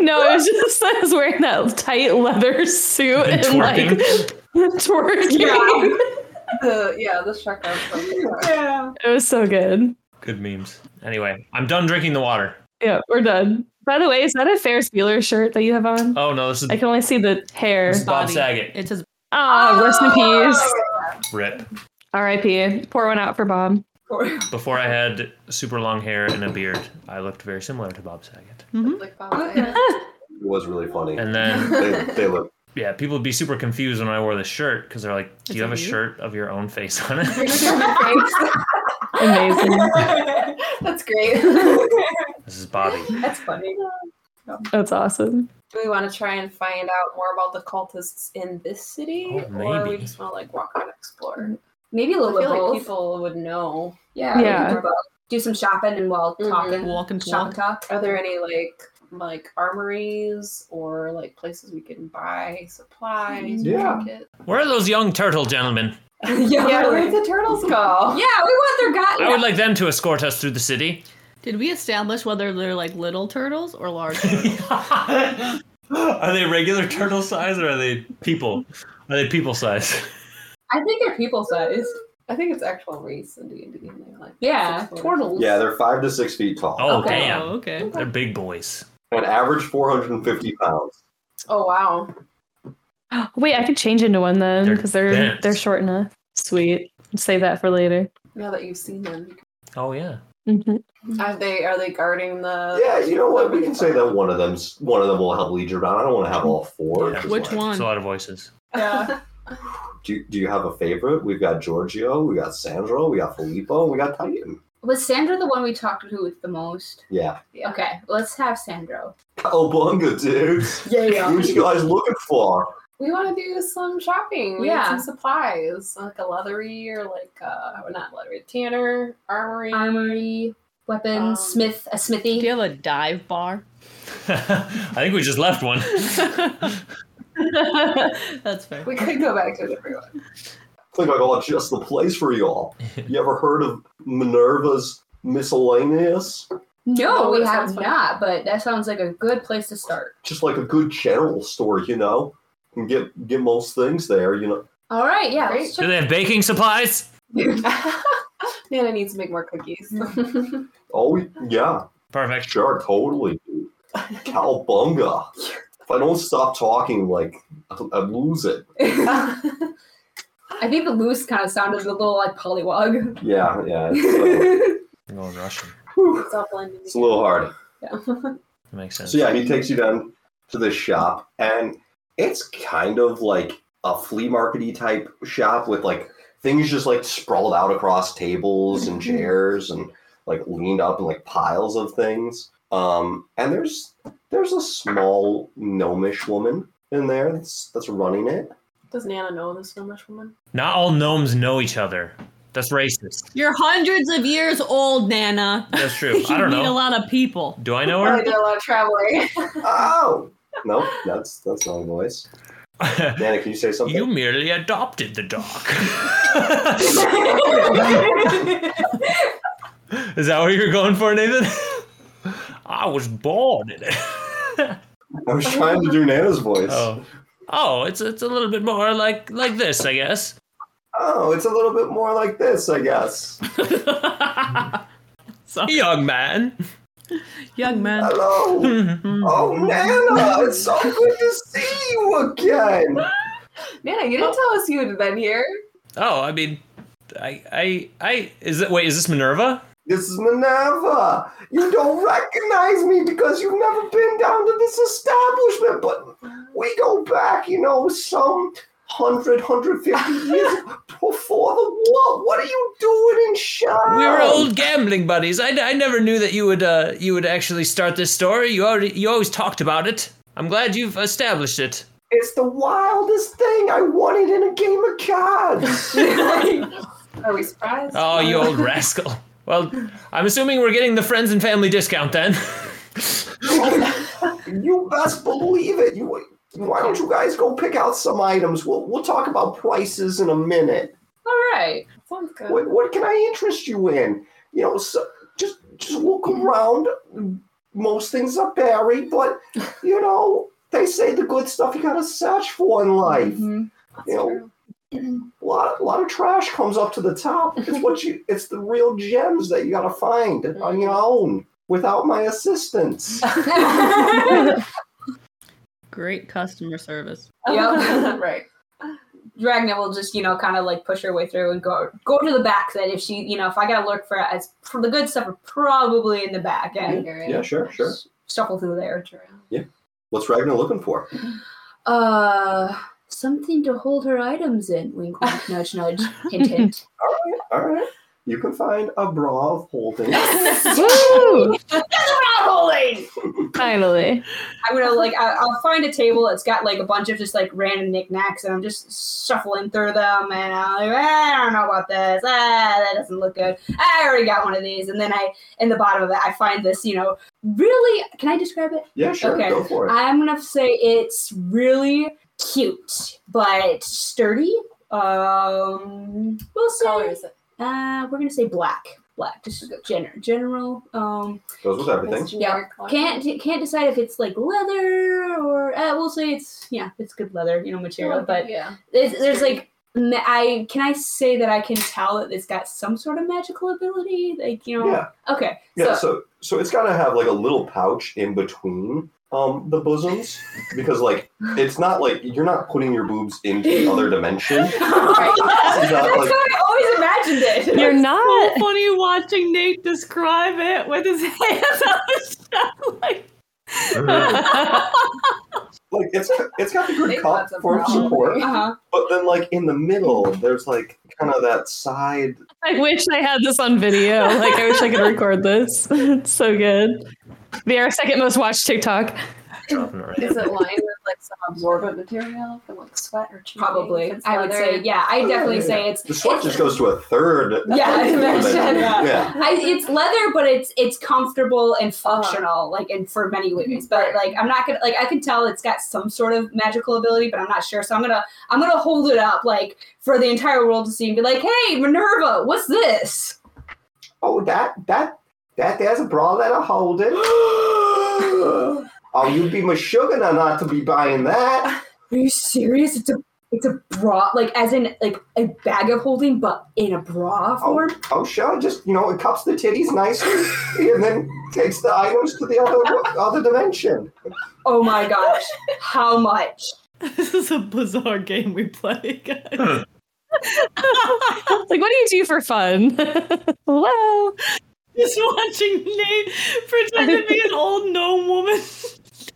E: No, it was just I was wearing that tight leather suit and,
C: And
E: like
C: twerking.
E: twerking.
F: Yeah. the yeah, the Shrek outfit.
B: yeah.
E: It was so good.
C: Good memes. Anyway, I'm done drinking the water.
E: Yeah, we're done. By the way, is that a Ferris Bueller shirt that you have on?
C: Oh no, this is
E: I can only see the hair.
C: This is Bob
D: Bobby.
C: Saget.
D: It says
E: Ah, rest
F: Oh,
E: in peace.
C: rip.
E: R.I.P. Pour one out for Bob.
C: Before I had super long hair and a beard, I looked very similar to Bob Saget.
F: Like Bob Saget.
G: It was really funny.
C: And then
G: they, they look.
C: yeah, people would be super confused when I wore this shirt because they're like, "Do
D: Is
C: you have
D: it
C: a
D: you?"
C: shirt of your own face on it?"
E: Amazing.
F: That's great.
C: this is Bobby.
B: That's funny.
E: That's awesome.
F: Do we want to try and find out more about the cultists in this city,
C: Oh,
F: or we
C: maybe.
F: just want to like walk around and explore?
B: Maybe a
F: Mm-hmm.
B: little
F: I
B: bit
F: feel
B: both.
F: like people would know.
B: yeah. we
E: Yeah.
B: can do both. Do some shopping and while
F: Mhm.
B: talking.
D: walk and
B: Shop and
D: walk.
B: talk.
F: Are there any like like armories or like places we can buy supplies?
G: Yeah.
F: trinkets?
C: Where are those young turtle gentlemen?
B: yeah,
F: Yeah. Where'd
B: really.
F: the turtles go?
B: Yeah, we want their guy.
C: I would like them to escort us through the city.
D: Did we establish whether they're like little turtles or large turtles?
C: are they regular turtle size or are they people? Are they people size?
B: I think they're people size.
F: I think it's actual race in D and D. Like
B: Yeah,
F: six foot.
B: turtles.
G: Yeah, they're five to six feet tall.
C: Oh
B: Okay.
C: damn,
D: Oh, okay.
C: they're big boys.
G: An average 450 pounds.
F: Oh wow.
E: Wait, I could change into one then
C: They're
E: because they're
C: dense.
E: they're short enough. Sweet. Save that for later.
F: Now that you've seen them,
C: Oh yeah.
E: hmm
F: are they are they guarding the?
G: Yeah, you know what? We can say that one of them's one of them will help lead you around. I don't want to have all four.
C: Yeah.
G: Just
D: Which
G: like-
C: It's
D: one?
C: a lot of voices.
B: Yeah.
G: Do you, do you have a favorite? We've got Giorgio, we got Sandro, we got Filippo, and we got Titan.
B: Was Sandra the one we talked to the most?
G: Yeah.
B: Okay, let's have Sandro.
G: Cowabunga, dudes.
B: Yeah,
G: What you guys looking for?
F: We want to do some shopping. We
B: Yeah.
F: need some supplies, like a leathery or like uh, well, not leathery, tanner, armory.
B: Armory, weapons,
F: Um,
B: smith, a
D: Do
B: smithy.
D: you have a dive bar?
C: I think we just left one.
D: That's fair.
F: we could go back to a different one.
G: Think I got just the place for y'all. You ever heard of Minerva's Miscellaneous?
B: No,
F: Oh,
B: we
F: that
B: have
F: sounds fun.
B: not, but that sounds like a good place to start.
G: Just like a good general store, you know. You can get get most things there, you know.
B: All right, yeah.
F: Great.
B: Let's
C: Do
B: check.
C: they have baking supplies?
F: Nana needs to make more cookies.
G: Oh yeah,
C: Perfect.
G: sure, totally, dude. Cowabunga. If I don't stop talking, like I, I lose it.
B: I think the loose kind of sounded a little like pollywog.
G: Yeah, yeah. It's, uh,
C: I'm going Russian.
F: it's all blended.
G: it's a little hard.
C: That makes sense.
G: So yeah, he takes you down to this shop, and it's kind of like a flea markety type shop with like things just like sprawled out across tables and chairs and like leaned up and like piles of things. Um, and there's there's a small gnomish woman in there that's that's running it.
F: Does Nana know this Nomish woman?
C: Not all gnomes know each other. That's racist.
D: You're hundreds of years old, Nana.
C: That's true.
D: you
C: I don't
D: meet a
C: know.
D: lot of people.
C: Do I know
F: Probably
C: her?
F: Oh, did a lot of traveling.
G: Oh no, that's that's my voice. Nana, can you say something?
C: you merely adopted the dog. Is that what you're going for, Nathan? I was born in it.
G: I was trying to do Nana's voice.
C: oh. Oh, it's it's a little bit more like like this, I guess.
G: oh, it's a little bit more like this, I guess.
D: Sorry.
C: Young man.
D: Young man. Hmm.
G: Hello. Oh, Nana, it's so good to see you again.
F: Nana, you didn't tell us you had been here.
C: Oh, I mean, I, I, I. Is it? Wait, is this Minerva?
G: This is Minerva. You don't recognize me because you've never been down to this establishment. But we go back, you know, some 100, 150 years before the war. What are you doing in Sham?
C: We were old gambling buddies. I, I never knew that you would uh, you would actually start this story. You already you always talked about it. I'm glad you've established it.
G: It's the wildest thing. I won it in a game of cards.
F: Are we surprised?
C: Oh, you old rascal. Well, I'm assuming we're getting the friends and family discount then.
G: you best believe it. You, why don't you guys go pick out some items? We'll, we'll talk about prices in a minute.
B: All right.
F: Sounds good.
G: What, what can I interest you in? You know, so, just just look around. Most things are buried, but you know they say the good stuff you gotta search for in life.
B: Mm-hmm.
E: Mhm.
G: You know, a lot, a lot of trash comes up to the top. It's what you. It's the real gems that you gotta find on your
B: Mm-hmm.
G: own without my assistance.
D: Great customer service.
B: Yep.
F: right.
B: Dragna will just, you know, kind of like push her way through and go go to the back. Then if she, you know, if I gotta look for it, it's for the good stuff, are probably in the back and
G: Yeah, sure, sure.
B: shuffle through there.
G: What's Ragnar looking for?
B: Uh, something to hold her items in. Wink, wink, nudge, nudge, hint, hint.
G: All right, you can find a bra of holding.
E: Woo!
B: holding.
E: Finally.
B: I'm gonna like I- I'll find a table that's got like a bunch of just like random knickknacks, and I'm just shuffling through them, and I'm like, "Ah, I don't know about this. Ah, that doesn't look good. Ah, I already got one of these, and then I in the bottom of it, I find this. You know, really, can I describe it?
G: Yeah, sure,
B: Okay. Uh,
G: go for it.
B: I'm gonna say it's really cute, but sturdy. Um, we'll see.
F: Color is it?
B: Uh, we're gonna say black. Black, just general, general. Um,
G: Goes with everything.
F: Nice generic one.
B: can't can't decide if it's like leather or uh, we'll say it's yeah, it's good leather, you know, material. But
F: Oh, yeah.
B: there's, there's like ma- I can I say that I can tell that it's got some sort of magical ability, like you know.
G: Yeah,
B: Okay, so
G: yeah. So, so it's gotta have like a little pouch in between um the bosoms because like it's not like you're not putting your boobs into the other dimension.
B: that's
G: Not like-
B: how I always imagined it.
E: You're not.
D: So funny watching Nate describe it with his hands on his chest, like
G: like it's it's got the good
F: They've
G: cup
F: got some
G: for
F: problems.
G: support,
B: uh-huh.
G: but then like in the middle, there's like kind of that side.
E: I wish I had this on video. Like, I wish I could record this. It's so good. Be our second most watched TikTok.
C: Dropping it right
F: Is it lined with like some absorbent material for like sweat or cheating?
B: Probably,
F: If it's
B: I would
F: leather?
B: say yeah. I
G: Yeah,
B: definitely
G: yeah,
B: say it's
G: The sweat just goes to a third.
B: yeah, I imagine.
G: dimension. Yeah.
B: I, it's leather, but it's it's comfortable and
F: Uh-huh.
B: functional, like and for many
F: Mm-hmm.
B: ways. But like I'm not gonna like I can tell it's got some sort of magical ability, but I'm not sure. So I'm gonna I'm gonna hold it up like for the entire world to see and be like, hey, Minerva, what's this?
G: Oh, that that that there's a bra that I hold it. oh, you'd be my sugar not to be buying that.
B: Are you serious? It's a it's a bra, like as in like a bag of holding, but in a bra
G: Oh,
B: form.
G: oh, sure. Just you know, it cups the titties nicely, and then takes the items to the other other dimension.
B: Oh my gosh, how much?
D: this is a bizarre game we play, guys.
C: now.
E: Like, what do you do for fun? Hello.
D: Just watching Nate pretend to be an old gnome woman.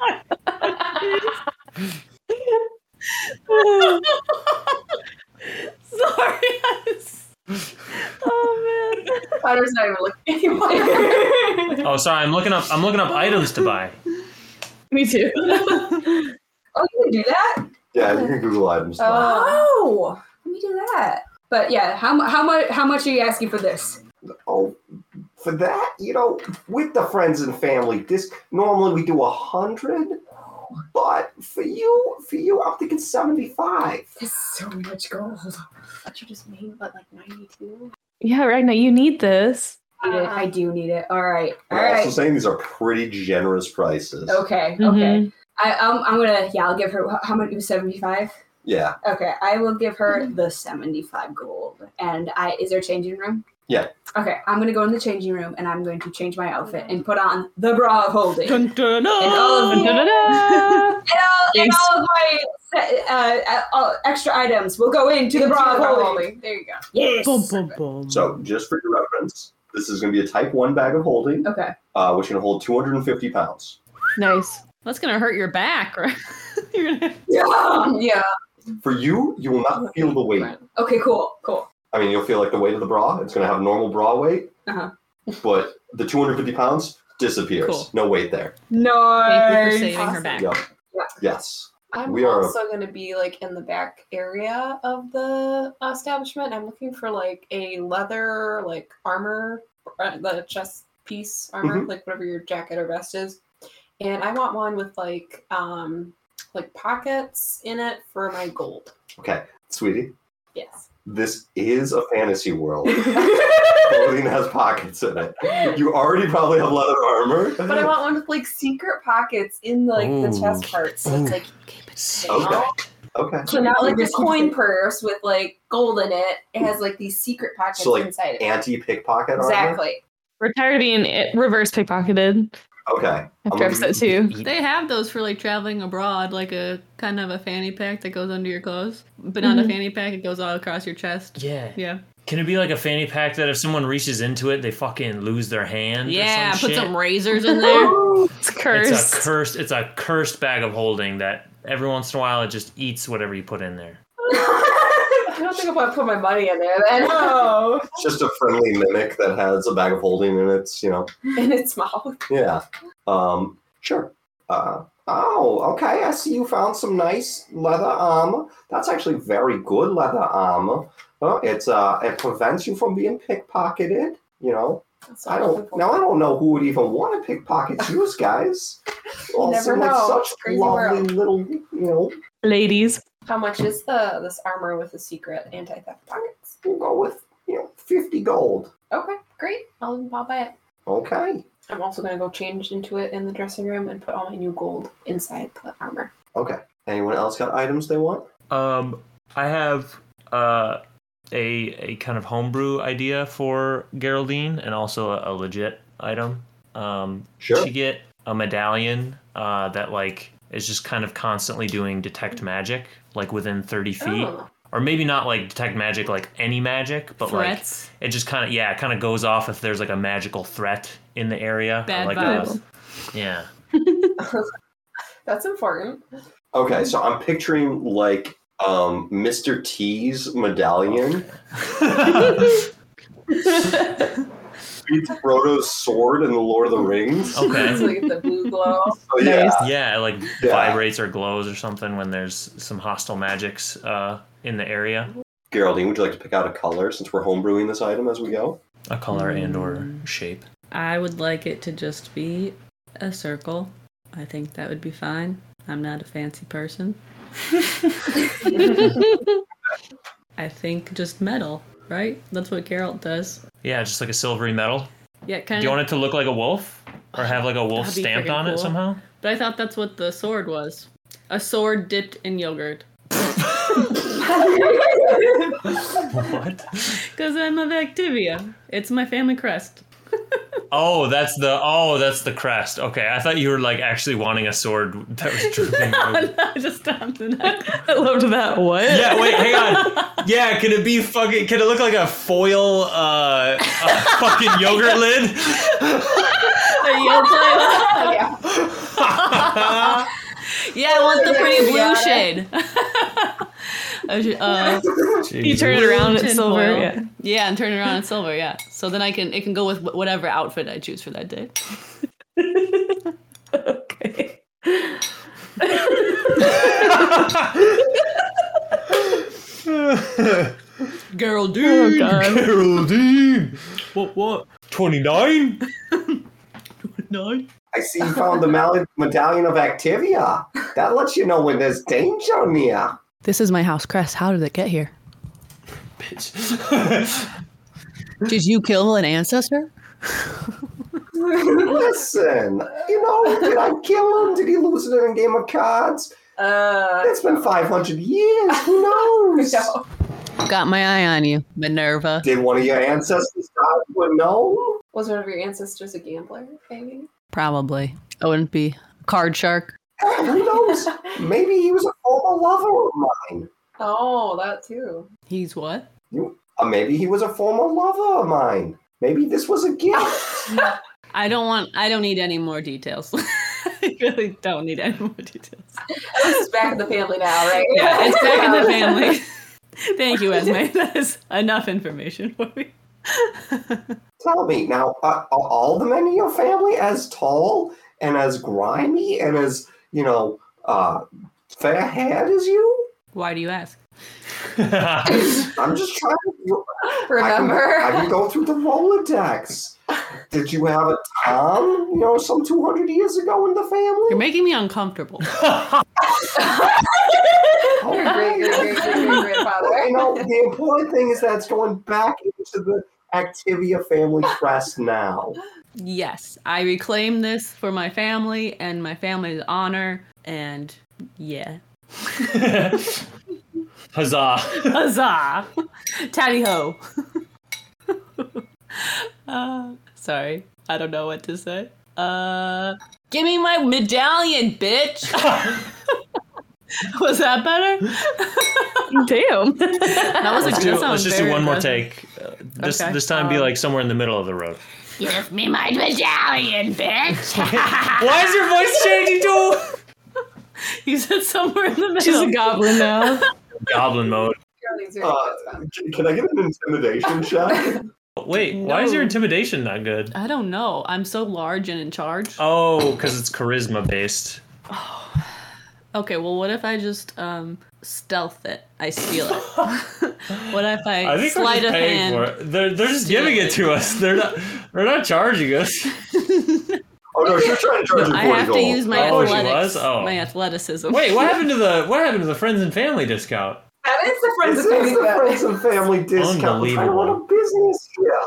D: Sorry. I was- Oh man.
F: Potter's not even looking anymore.
C: oh, sorry. I'm looking up. I'm looking up items to buy.
E: Me too.
B: Oh, you can do that.
G: Yeah, you can Google items.
F: Oh,
B: Oh, let me do that. But yeah, how mu- how much how much are you asking for this?
G: Oh, for that, you know, with the friends and family, this normally we do a hundred, but for you, for you, I'm thinking seventy-five.
B: That's so much gold.
F: that you just made what like ninety two.
E: Yeah, Ragna, you need this.
B: I,
F: Um,
B: need it.
F: Uh-uh.
B: I do need it. All right, all
G: We're
B: right.
G: also saying these are pretty generous prices.
B: Okay, okay.
E: Mhm.
B: I I'm, I'm gonna yeah. I'll give her how much? Seventy five.
G: Yeah,
B: Okay, I will give her the seventy five gold. And I is there changing room?
G: Yeah.
B: Okay, I'm gonna go in the changing room and I'm going to change my outfit and put on the bra of holding.
D: Dun, dun, dun.
B: And
E: Da-da-da.
B: all, and all of my uh, uh, extra items will go into the bra of holding.
F: There you go.
B: Yes.
D: Bum, bum, bum.
G: so just for your reference, This is going to be a type one bag of holding,
B: Okay.
G: uh, which can hold 250 pounds.
E: Nice.
D: That's gonna hurt your back, right? You're gonna
B: Yeah.
F: Um,
B: yeah.
G: For you, you will not feel the weight.
B: Okay. Cool. Cool.
G: I mean, you'll feel like the weight of the bra. It's going to have normal bra weight,
B: Uh-huh.
G: but the 250 pounds disappears.
D: Cool.
G: No weight there.
D: thank you for
B: Nice.
D: saving her back.
G: Yep.
B: Yeah.
G: Yes.
F: I'm
G: We are-
F: also going to be like in the back area of the establishment. I'm looking for like a leather, like armor, uh, the chest piece armor,
G: Mm-hmm.
F: like whatever your jacket or vest is. And I want one with like um like pockets in it for my gold.
G: Okay, sweetie,
F: Yes.
G: this is a fantasy world. Clothing has pockets in it. You already probably have leather armor.
F: But I want one with like secret pockets in like the chest
C: Ooh.
F: part. So it's like
G: Okay. Okay.
F: so not like a
B: This
F: coin
B: is-
F: purse with like gold in it. It has like these secret pockets
G: So, like,
F: inside it.
G: Anti pickpocket armor.
F: Exactly.
E: We're tired of being i- reverse pickpocketed
G: Okay. I'm-
E: after episode two.
D: They have those for like traveling abroad, like a kind of a fanny pack that goes under your clothes, but not a
E: Mhm.
D: fanny pack. It goes all across your chest.
C: Yeah.
D: Yeah,
C: Can it be like a fanny pack that if someone reaches into it, they fucking lose their hand?
D: yeah.
C: Or some
D: put
C: shit?
D: some razors in there.
E: It's
C: It's a
E: cursed.
C: cursed. It's a cursed bag of holding that every once in a while it just eats whatever you put in there.
F: I don't think I want to put my money in there then. No.
G: It's just a friendly mimic that has a bag of holding in its, you know.
F: in its mouth.
G: Yeah. Um, sure. Uh, oh, okay. I see you found some nice leather armor. That's actually very good leather armor. Uh, it's uh, it prevents you from being pickpocketed. You know,
F: That's
G: I don't now. I don't know who would even want to pickpocket you guys. You all
F: never
G: seem like
F: know.
G: such
F: It's a crazy
G: lovely
F: world.
G: little, you know.
E: Ladies.
F: How much is the this armor with the secret anti theft pockets?
G: We'll go with you know fifty gold.
F: Okay, great. I'll, I'll buy it.
G: Okay.
F: I'm also gonna go change into it in the dressing room and put all my new gold inside the armor.
G: Okay. Anyone else got items they want?
C: Um, I have uh, a a kind of homebrew idea for Geraldine, and also a, a legit item. Um,
G: Sure.
C: She get a medallion uh, that like is just kind of constantly doing detect magic, like within thirty feet,
F: Oh,
C: or maybe not like detect magic, like any magic, but like
D: Threats,
C: it just kind of yeah, it kind of goes off if there's like a magical threat in the area. or,
D: bad
C: like
D: vibes.
C: A, yeah.
F: that's important.
G: Okay, so I'm picturing like um, Mr. T's medallion. It's Frodo's sword in the Lord of the Rings.
F: It's
C: okay.
F: like the blue glow.
G: So yeah,
E: Nice.
C: Yeah, it like
G: Yeah.
C: vibrates or glows or something when there's some hostile magics uh, in the area.
G: Geraldine, would you like to pick out a color since we're homebrewing this item as we go?
C: A color and or shape.
D: I would like it to just be a circle. I think that would be fine. I'm not a fancy person. I think just metal, right? That's what Geralt does.
C: Yeah, just like a silvery metal.
D: Yeah,
C: Do
D: kind
C: you
D: of.
C: want it to look like a wolf? Or have like a wolf
D: That'd be
C: stamped
D: friggin'
C: on it
D: cool.
C: somehow?
D: But I thought that's what the sword was. A sword dipped in yogurt.
C: what?
D: Because I'm of Activia. It's my family crest.
C: Oh, that's the oh, that's the crest. Okay, I thought you were like actually wanting a sword that was drooping. over.
D: Just on the neck.
E: I loved that. What?
C: Yeah, wait, hang on. Yeah, could it be fucking? Could it look like a foil, uh, uh fucking yogurt lid?
F: Oh, yeah.
D: yeah, I want the pretty blue
F: Yeah.
D: shade. I should- uh,
E: You turn it around, it's
D: tin
E: silver.
D: foil.
E: Yeah.
D: Yeah, and turn it around in silver. Yeah. So then I can it can go with wh- whatever outfit I choose for that day.
E: Okay.
D: Girl,
E: Oh,
D: dude.
E: God.
C: Geraldine, what? What? Twenty nine. Nine.
G: I see you found the Mall- medallion of Activia. That lets you know when there's danger near.
D: This is my house crest. How did it get here? Did you kill an ancestor?
G: Listen, you know, did I kill him? Did he lose it in a game of cards?
F: Uh,
G: It's been 500 years. Who knows?
F: no.
D: Got my eye on you, Minerva.
G: Did one of your ancestors die to a gnome?
F: Was one of your ancestors a gambler? Maybe.
D: Probably. I wouldn't be card shark.
G: Hey, who knows? Maybe he was a former lover of mine.
F: Oh, that too.
D: He's what?
G: Or maybe he was a former lover of mine. Maybe this was a gift.
D: I don't want. I don't need any more details. I really don't need any more details.
F: This is back in the family now, right?
D: Yeah, it's back in the family. Thank you, Esme. That is enough information for me.
G: Tell me now, are, are all the men in your family as tall and as grimy and as you know uh, fair haired as you?
D: Why do you ask?
G: I'm just trying to
F: Remember?
G: I can, I can go through the Rolodex. Did you have a Tom, you know, some 200 years ago in the
D: You're
G: family?
D: making me uncomfortable.
F: Your great, great, great, great, great grandfather.
G: Well, you know, the important thing is that it's going back into the Activia family crest now.
D: Yes, I reclaim this for my family and my family's honor. And yeah,
C: Huzzah.
D: huzzah, tally ho. uh, sorry, I don't know what to say. Uh, give me my medallion, bitch. Was that better?
E: Damn.
D: That was a
C: Let's
D: good
C: do,
D: sound
C: let's just do
D: very
C: one more
D: aggressive.
C: take. Uh, this
D: Okay.
C: this time
E: Um,
C: be like somewhere in the middle of the road.
H: Give me my medallion, bitch.
C: Why is your voice changing to
D: You said somewhere in the middle.
E: She's a goblin now.
C: goblin mode?
F: These are-
G: Uh, can I get an intimidation check?
C: Wait, why is your intimidation not good?
D: I don't know. I'm so large and in charge.
C: Oh, because it's charisma based.
D: Okay, well, what if I just um stealth it? I steal it. what if I,
C: I think they're
D: sleight
C: just
D: of
C: paying
D: hand?
C: for it. They're they're just giving it to us. They're not they're not charging us.
G: Oh no, she's trying to charge you
D: I
G: 40
D: have to
G: gold.
D: use my
C: Oh, she
D: athletics.
C: was? Oh.
D: My athleticism.
C: Wait, what happened to the what happened to the friends and family discount?
F: That is the friends
G: This
F: of
G: is
F: family.
G: the
F: that-
G: friends and family discount. We're trying to run a business here.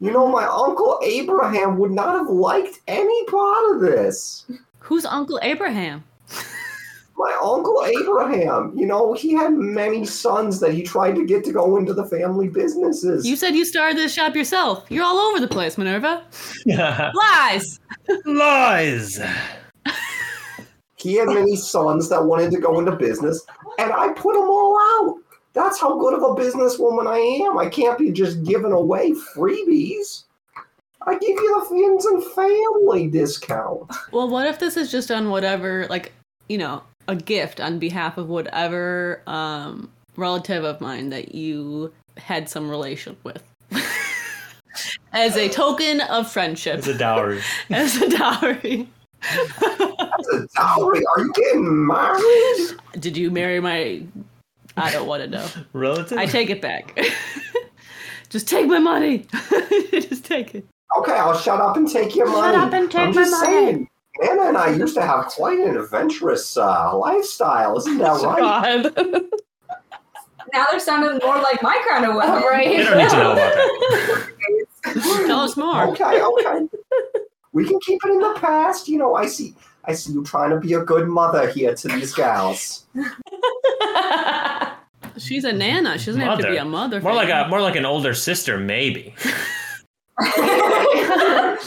G: You know, my uncle Abraham would not have liked any part of this.
D: Who's Uncle Abraham?
G: My uncle Abraham, you know, he had many sons that he tried to get to go into the family businesses.
D: You said you started this shop yourself. You're all over the place, Minerva.
C: Yeah.
D: Lies.
C: Lies.
G: he had many sons that wanted to go into business, and I put them all out. That's how good of a businesswoman I am. I can't be just giving away freebies. I give you the friends and family discount.
D: Well, what if this is just on whatever, like, you know, a gift on behalf of whatever um, relative of mine that you had some relation with? As a token of friendship.
C: It's a dowry.
D: as a dowry.
G: a dowry? Are you getting married?
D: Did you marry my? I don't want to know.
C: Relative?
D: I take it back. Just take my money. Just take it.
G: Okay, I'll shut up and take your money.
H: up and take
G: I'm
H: my
G: just
H: money.
G: Saying, Anna and I used to have quite an adventurous uh, lifestyle, isn't that right?
E: God.
B: Now they're sounding more like my kind of women.
C: they
F: Right?
C: don't need to know about that.
D: Tell us more.
G: Okay, okay. we can keep it in the past. You know, I see. I see you trying to be a good mother here to these gals.
D: She's a nana. She doesn't have to be a mother.
C: More
D: for
C: like
D: that.
C: a more like an older sister, maybe.
B: I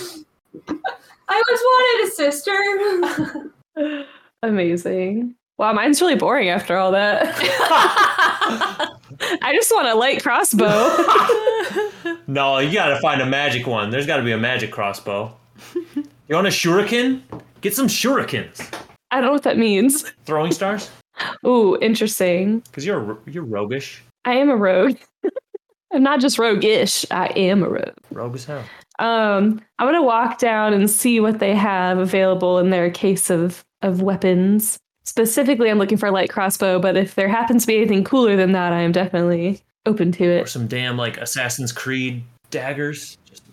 B: always wanted a sister.
E: Amazing. Wow, mine's really boring after all that. I just want a light crossbow.
C: No, you gotta find a magic one. There's gotta be a magic crossbow. You want a shuriken? Get some shurikens.
E: I don't know what that means.
C: Throwing stars?
E: Ooh, interesting.
C: Because you're a ro- you're roguish.
E: I am a rogue. I'm not just roguish. I am a rogue.
C: Rogue as hell.
E: Um, I'm gonna walk down and see what they have available in their case of of weapons. Specifically, I'm looking for a light crossbow, but if there happens to be anything cooler than that, I am definitely open to
C: Or
E: it.
C: some damn like Assassin's Creed daggers. Just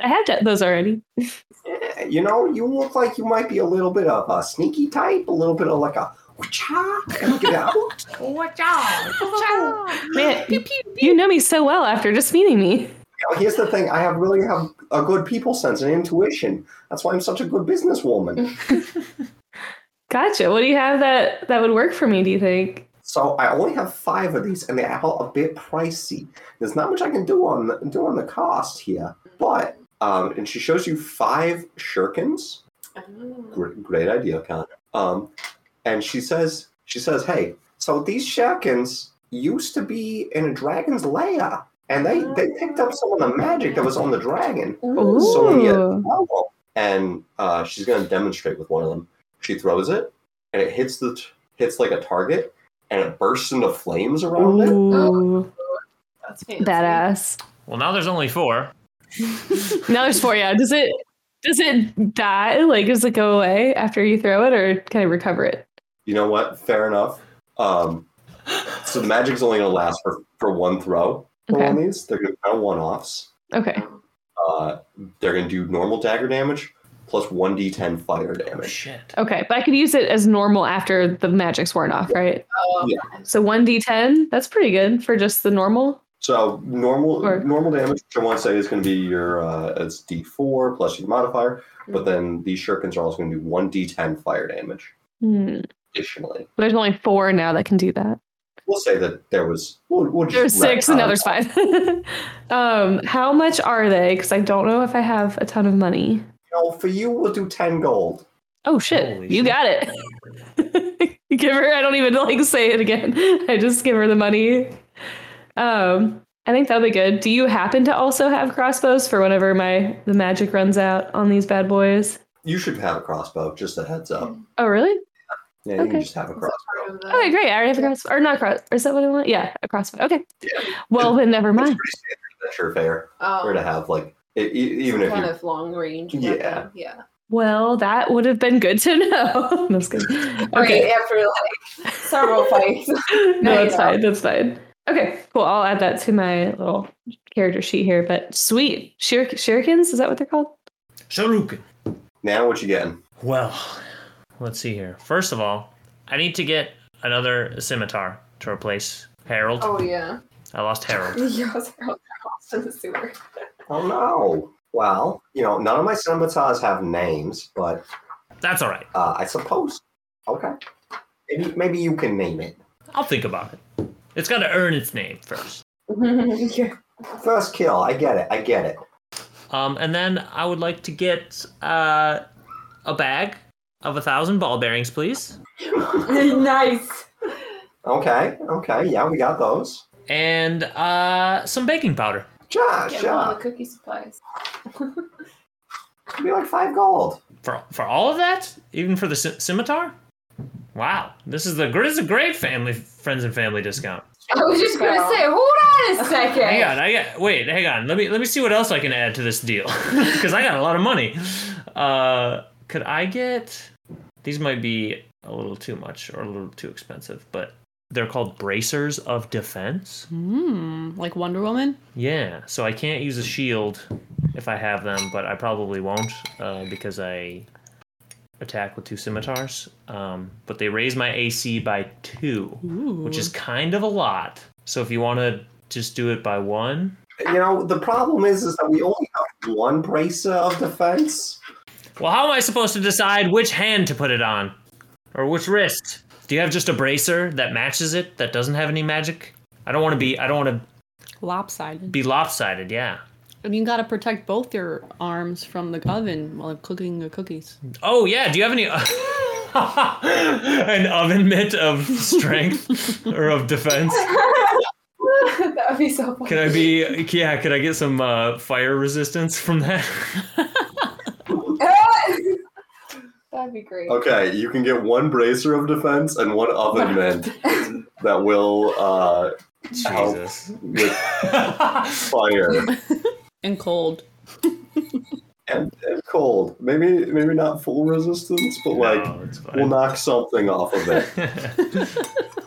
E: I have de- those already.
G: Eh, You know, you look like you might be a little bit of a sneaky type, a little bit of like a witcha, and get out.
H: Watch out. Watch out.
E: Man, you know me so well after just meeting me.
G: Now, here's the thing: I have really have a good people sense and intuition. That's why I'm such a good businesswoman.
E: Gotcha. What do you have that that would work for me? Do you think?
G: So I only have five of these, and they are a bit pricey. There's not much I can do on the, do on the cost here, but um, and she shows you five shurikens.
F: Oh,
G: Great, great idea, Connor. Um, and she says she says, "Hey, so these shurikens used to be in a dragon's lair, and they, they picked up some of the magic that was on the dragon.
E: Ooh.
G: Sonya level. And uh, she's going to demonstrate with one of them. She throws it, and it hits the t- hits like a target, and it bursts into flames around it.
E: Ooh.
F: That's fancy.
E: Badass.
C: Well, now there's only four.
E: Now there's four. Yeah. Does it does it die? Like, does it go away after you throw it, or can I recover it?
G: You know what? Fair enough. Um, so the magic's only going to last for, for one throw for
E: Okay.
G: one of these. They're going to kind of one offs.
E: Okay.
G: Uh, they're going to do normal dagger damage plus 1d10 fire damage.
C: Shit.
E: Okay. But I could use it as normal after the magic's worn off, right?
F: Oh,
G: Yeah.
E: So one d10. That's pretty good for just the normal.
G: So normal
E: Or-
G: normal damage, which I want to say is going to be your uh, it's d4 plus your modifier,
E: Mm-hmm.
G: but then these shurikens are also going to do one d10 fire damage
E: Hmm.
G: additionally.
E: There's only four now that can do that.
G: We'll say that there was we'll, we'll just
E: There's six,
G: retcon.
E: and now there's five. um, how much are they? Because I don't know if I have a ton of money.
G: You know, for you, we'll do ten gold.
E: Oh shit!
C: Holy
E: you
C: shit.
E: got it. give her. I don't even like say it again. I just give her the money. Um, I think that'll be good. Do you happen to also have crossbows for whenever my the magic runs out on these bad boys?
G: You should have a crossbow. Just a heads up.
E: Oh really?
G: Yeah, you
E: Okay.
G: can just have a crossbow.
F: Part of the-
E: Okay, great. I already have a crossbow, or not cross? Or is that what I want? Yeah, a crossbow. Okay. Well, then never
G: It's
E: mind.
G: pretty standard that surveyor.
F: Um,
G: We're to have like e- e- even if
F: kind
G: you
F: of long range.
G: Yeah.
F: weapon, yeah.
E: Well, that would have been good to know. I'm just kidding. Okay.
B: Right after
F: like several fights.
E: no,
F: you
E: that's
F: know.
E: fine. That's fine. Okay, cool. I'll add that to my little character sheet here. But sweet, Shur- shurikens—is that what they're called?
C: Sharukin.
G: now what you getting?
C: Well, let's see here. First of all, I need to get another scimitar to replace Harold.
F: Oh yeah.
C: I lost Harold.
F: Yeah, I was like, oh, lost in the sewer.
G: Oh no. Well, you know, none of my scimitars have names, but
C: That's all right.
G: uh, I suppose. Okay. Maybe maybe you can name it.
C: I'll think about it. It's got to earn its name first.
F: yeah.
G: First kill. I get it. I get it.
C: Um, and then I would like to get uh, a bag of a thousand ball bearings, please,
B: nice.
G: Okay. Okay. Yeah, we got those.
C: and uh, some baking powder.
G: Josh,
F: Get all the
G: Josh,
F: cookie supplies.
G: it'd be like five gold.
C: For for all of that, even for the sci- scimitar. Wow, this is the gr- this is a great family friends and family discount.
B: I was just gonna say, hold on a second.
C: Hang on, I got wait, hang on. Let me let me see what else I can add to this deal because I got a lot of money. Uh, could I get these? Might be a little too much or a little too expensive, but they're called bracers of defense.
D: Hmm. Like Wonder Woman.
C: Yeah, so I can't use a shield if I have them, but I probably won't uh, because I attack with two scimitars. Um, but they raise my AC by two, which is kind of a lot. So if you want to just do it by one,
G: You know, the problem is, is that we only have one bracer of defense.
C: well, how am I supposed to decide which hand to put it on or which wrist? Do you have just a bracer that matches it that doesn't have any magic? I don't want to be I don't want to
D: lopsided.
C: be lopsided. Yeah.
D: And you gotta protect both your arms from the oven while cooking the cookies.
C: Oh yeah, do you have any an oven mitt of strength or of defense?
F: that would be so funny.
C: Can I be yeah, can I get some uh, fire resistance from that?
F: That'd be great.
G: Okay, you can get one bracer of defense and one oven mint that will uh, help
C: Jesus.
G: with fire
D: And cold.
G: and, and cold. Maybe maybe not full resistance, but like
C: No, it's fine.
G: we'll knock something off of it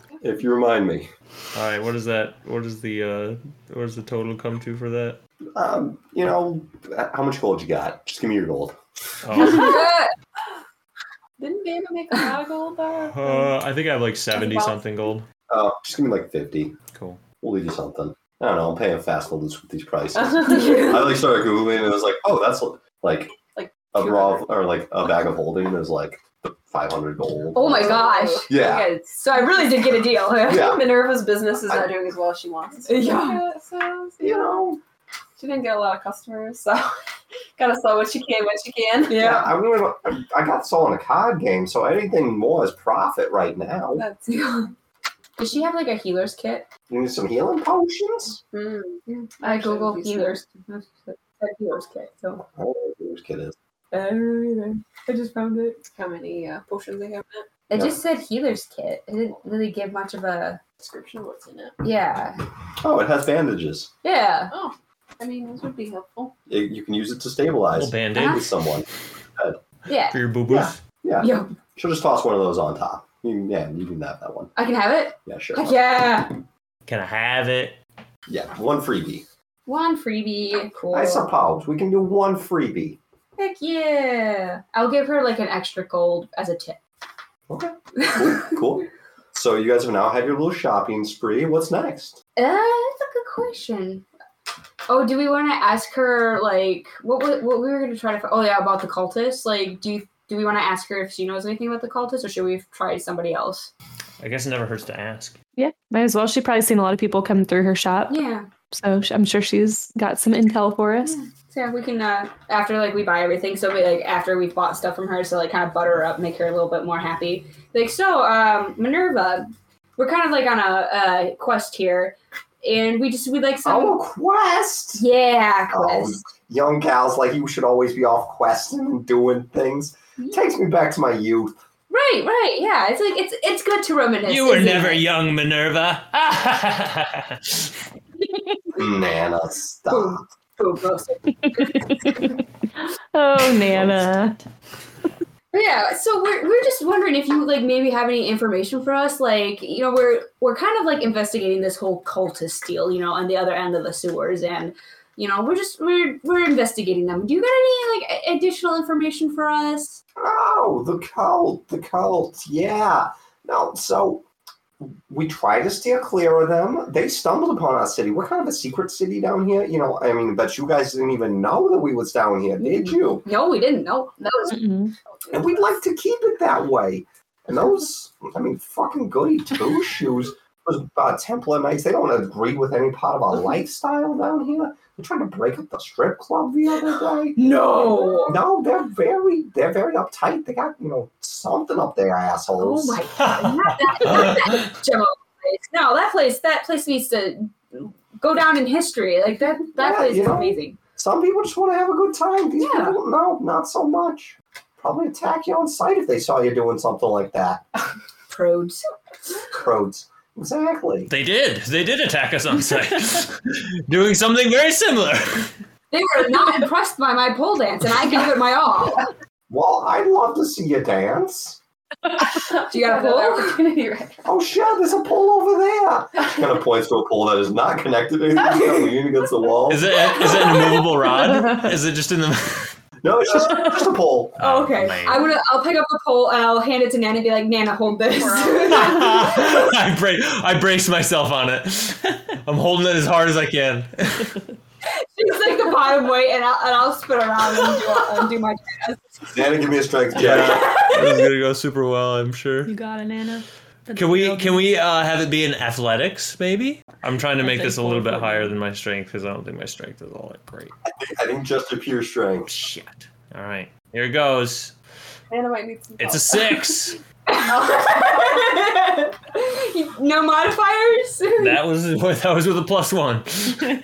G: if you remind me.
C: All right, what is that? What is the uh what does the total come to for that?
G: Um, you know, how much gold you got? Just give me your gold.
C: Oh,
B: Uh,
F: Didn't Bama make a lot of gold there?
C: uh, I think I have like 70 something gold.
G: Uh, just give me like fifty.
C: Cool.
G: We'll leave you something. I don't know. I'm paying fast with these- with these prices. I like started googling and I was like, oh, that's what like
F: Like
G: a raw
F: 200.
G: or like a bag of holding is like 500 gold.
B: oh my gosh.
G: Yeah.
F: Okay,
B: So I really did get a deal.
G: Yeah.
F: Minerva's business is not doing as well as she wants. us to do
B: Yeah.
F: it, So,
G: You know.
F: she didn't get a lot of customers, so gotta sell what she can when she can.
G: Yeah. I really, I got sold in a card game, so anything more is profit right now.
F: That's
B: Does she have like a healer's kit?
G: You need some healing potions?
B: I Google healers. That healer's kit. So
G: I don't know what this kid is.
B: I don't know either. I just found it.
F: How many uh, potions they have in that
B: It just said healer's kit. It didn't really give much of a
F: description? What's in it?
B: yeah.
G: Oh, it has bandages.
B: Yeah.
F: Oh, I mean, this would be helpful.
G: It- you can use it to stabilize
C: Little band aid
B: Ah.
G: with someone.
B: Yeah.
C: for your boo boos.
G: Yeah. Yeah.
B: Yo,
G: She'll just toss one of those on top. You, yeah, you can have that one.
B: I can have it.
G: Yeah, sure.
B: Heck yeah.
C: Can I have it?
G: Yeah, one freebie.
B: One freebie. Cool.
G: I suppose we can do one freebie.
B: Heck yeah. I'll give her like an extra gold as a tip.
G: Okay, cool. cool. So you guys have now had your little shopping spree. What's next?
B: Uh, that's a good question. Oh, do we want to ask her like what we, what we were going to try to? fi- Oh yeah, about the cultists. Like, do you, do we want to ask her if she knows anything about the cultists, or should we try somebody else?
C: I guess it never hurts to ask.
E: Yeah, might as well. She's probably seen a lot of people come through her shop,
B: Yeah,
E: so sh- I'm sure she's got some intel for us.
B: so yeah, we can uh after like we buy everything. So we like after we've bought stuff from her, so like kind of butter her up, make her a little bit more happy. Like so, um, Minerva, we're kind of like on a, a quest here, and we just we like some
G: Oh, quest.
B: yeah
G: Oh,
B: quest.
G: Young gals like you should always be off questing and doing things. Takes me back to my youth.
B: Right, right, yeah. It's like it's it's good to reminisce.
C: you were
B: isn't
C: never
B: it?
C: young, Minerva.
G: Nana, stop.
B: Boom, boom, boom.
E: Oh, Nana.
B: But yeah, so we're we're just wondering if you like maybe have any information for us. Like, you know, we're we're kind of like investigating this whole cultist deal, you know, on the other end of the sewers, and you know, we're just we're we're investigating them. Do you got any like a- additional information for us?
G: Oh, the cult, the cult, yeah. No, so we try to steer clear of them. They stumbled upon our city. We're kind of a secret city down here. You know, I mean, but you guys didn't even know that we was down here, did you?
B: No, we didn't. No, that was
E: Mm-mm.
G: And we'd like to keep it that way. And those, I mean, fucking goody two shoes, those uh, Templar knights, they don't agree with any part of our lifestyle down here. They tried to break up the strip club the other day.
B: no.
G: No, they're very they're very uptight. They got, you know, something up their
B: Oh
G: assholes.
B: my god, not that, not that Jell-O place. No, that place that place needs to go down in history. Like that that
G: Yeah,
B: place
G: you
B: is
G: know.
B: amazing.
G: Some people just want to have a good time. These
B: Yeah.
G: people no, not so much. Probably attack you on sight if they saw you doing something like that.
B: Pros.
G: Crodes. Exactly.
C: they did. They did attack us on site, doing something very similar.
B: They were not impressed by my pole dance, and I gave it my all.
G: Well, I'd love to see you dance.
B: Do you got a
F: Another
B: pole?
F: opportunity, right?
G: Oh shit, there's a pole over there. She kind of points to a pole that is not connected to anything, you know, leaning against the wall.
C: Is it? Is it an immovable rod? Is it just in the?
G: No, it's just, just a pole.
B: Oh, okay.
C: man.
B: I'm gonna. I'll pick up the pole and I'll hand it to Nana and be like, Nana, hold this.
C: I, bra- I brace myself on it. I'm holding it as hard as I can.
B: She's like the bottom weight, and I'll, and I'll spin around and do, and do my.
G: Nana, give me a strength check.
C: Yeah, this is gonna go super well, I'm sure.
D: You got it, Nana. That's
C: Can we
D: girl
C: can
D: game.
C: we uh, have it be in athletics? Maybe I'm trying to make this a little bit higher than my strength because I don't think my strength is all that great.
G: I think just a pure strength.
C: Shit. All right, here it goes.
F: Anna might need some.
C: It's a
F: help.
C: six.
B: no modifiers.
C: that was that was with a plus one.
B: oh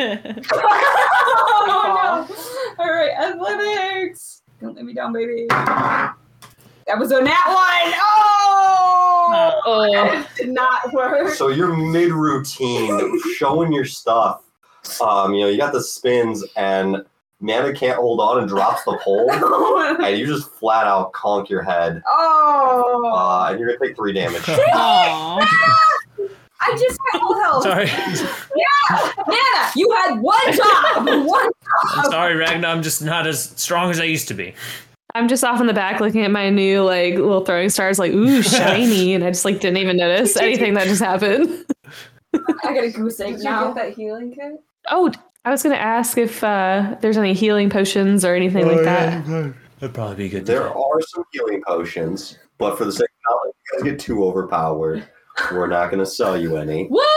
B: no! All right, athletics. Don't let me down, baby. That was on that one. Oh,
E: Oh,
B: That did not work.
G: So you're mid routine, showing your stuff. Um, you know, you got the spins, and Nana can't hold on and drops the pole, and you just flat out conk your head,
B: oh,
G: uh, and you're gonna take three damage.
D: Aw.
B: I just had full health.
C: Sorry,
B: Nana, you had one job. One
C: I'm sorry, Ragnar. I'm just not as strong as I used to be.
E: I'm just off in the back looking at my new like little throwing stars, like ooh shiny, and I just like didn't even notice anything that just happened.
B: I got a goose
F: Did
B: egg
F: you
B: now.
F: get that healing kit?
E: Oh, I was gonna ask if uh, there's any healing potions or anything
C: Oh,
B: Oh,
E: like that.
C: That'd probably be good.
G: There are some healing potions, but for the sake of not letting you guys get too overpowered, we're not gonna sell you any.
B: What?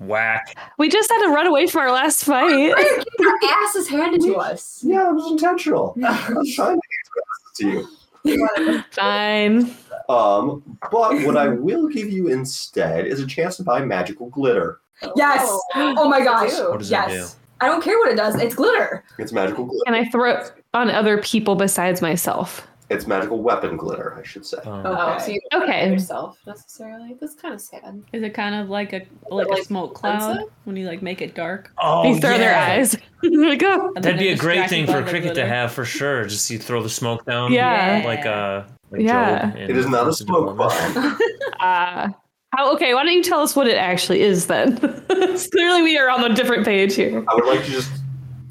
C: Whack.
E: We just had to run away from our last fight.
B: Why are you getting our asses handed to us?
G: Yeah, it was intentional. I'm trying to get to you.
E: Fine.
A: Um, but what I will give you instead is a chance to buy magical glitter.
B: Yes. Oh my gosh.
F: What
C: does that
B: yes. I don't care what it does. It's glitter.
A: It's magical glitter.
E: Can I throw it on other people besides myself?
A: It's magical weapon glitter, I should say.
C: Um,
F: Oh,
B: Okay.
F: so you don't
E: Okay.
F: okay. yourself necessarily. That's kind of sad.
D: Is it kind of like a like a
F: like
D: smoke cloud
F: pencil?
D: when you like make it dark?
C: oh,
E: they throw their
C: yeah.
E: eyes. Like, oh.
D: and
C: That'd
D: then
C: be a
D: they're
C: great
D: distracted
C: thing
D: by
C: for
D: the
C: cricket to
D: glitter?
C: have for sure. Just you throw the smoke down.
E: Yeah.
C: Like uh like
E: Yeah.
C: Job in
A: It is not a
C: Once
A: smoke
C: Upon a-
A: bomb.
E: Uh, how, okay, why don't you tell us what it actually is then? Clearly, we are on a different page here.
A: I would like to just.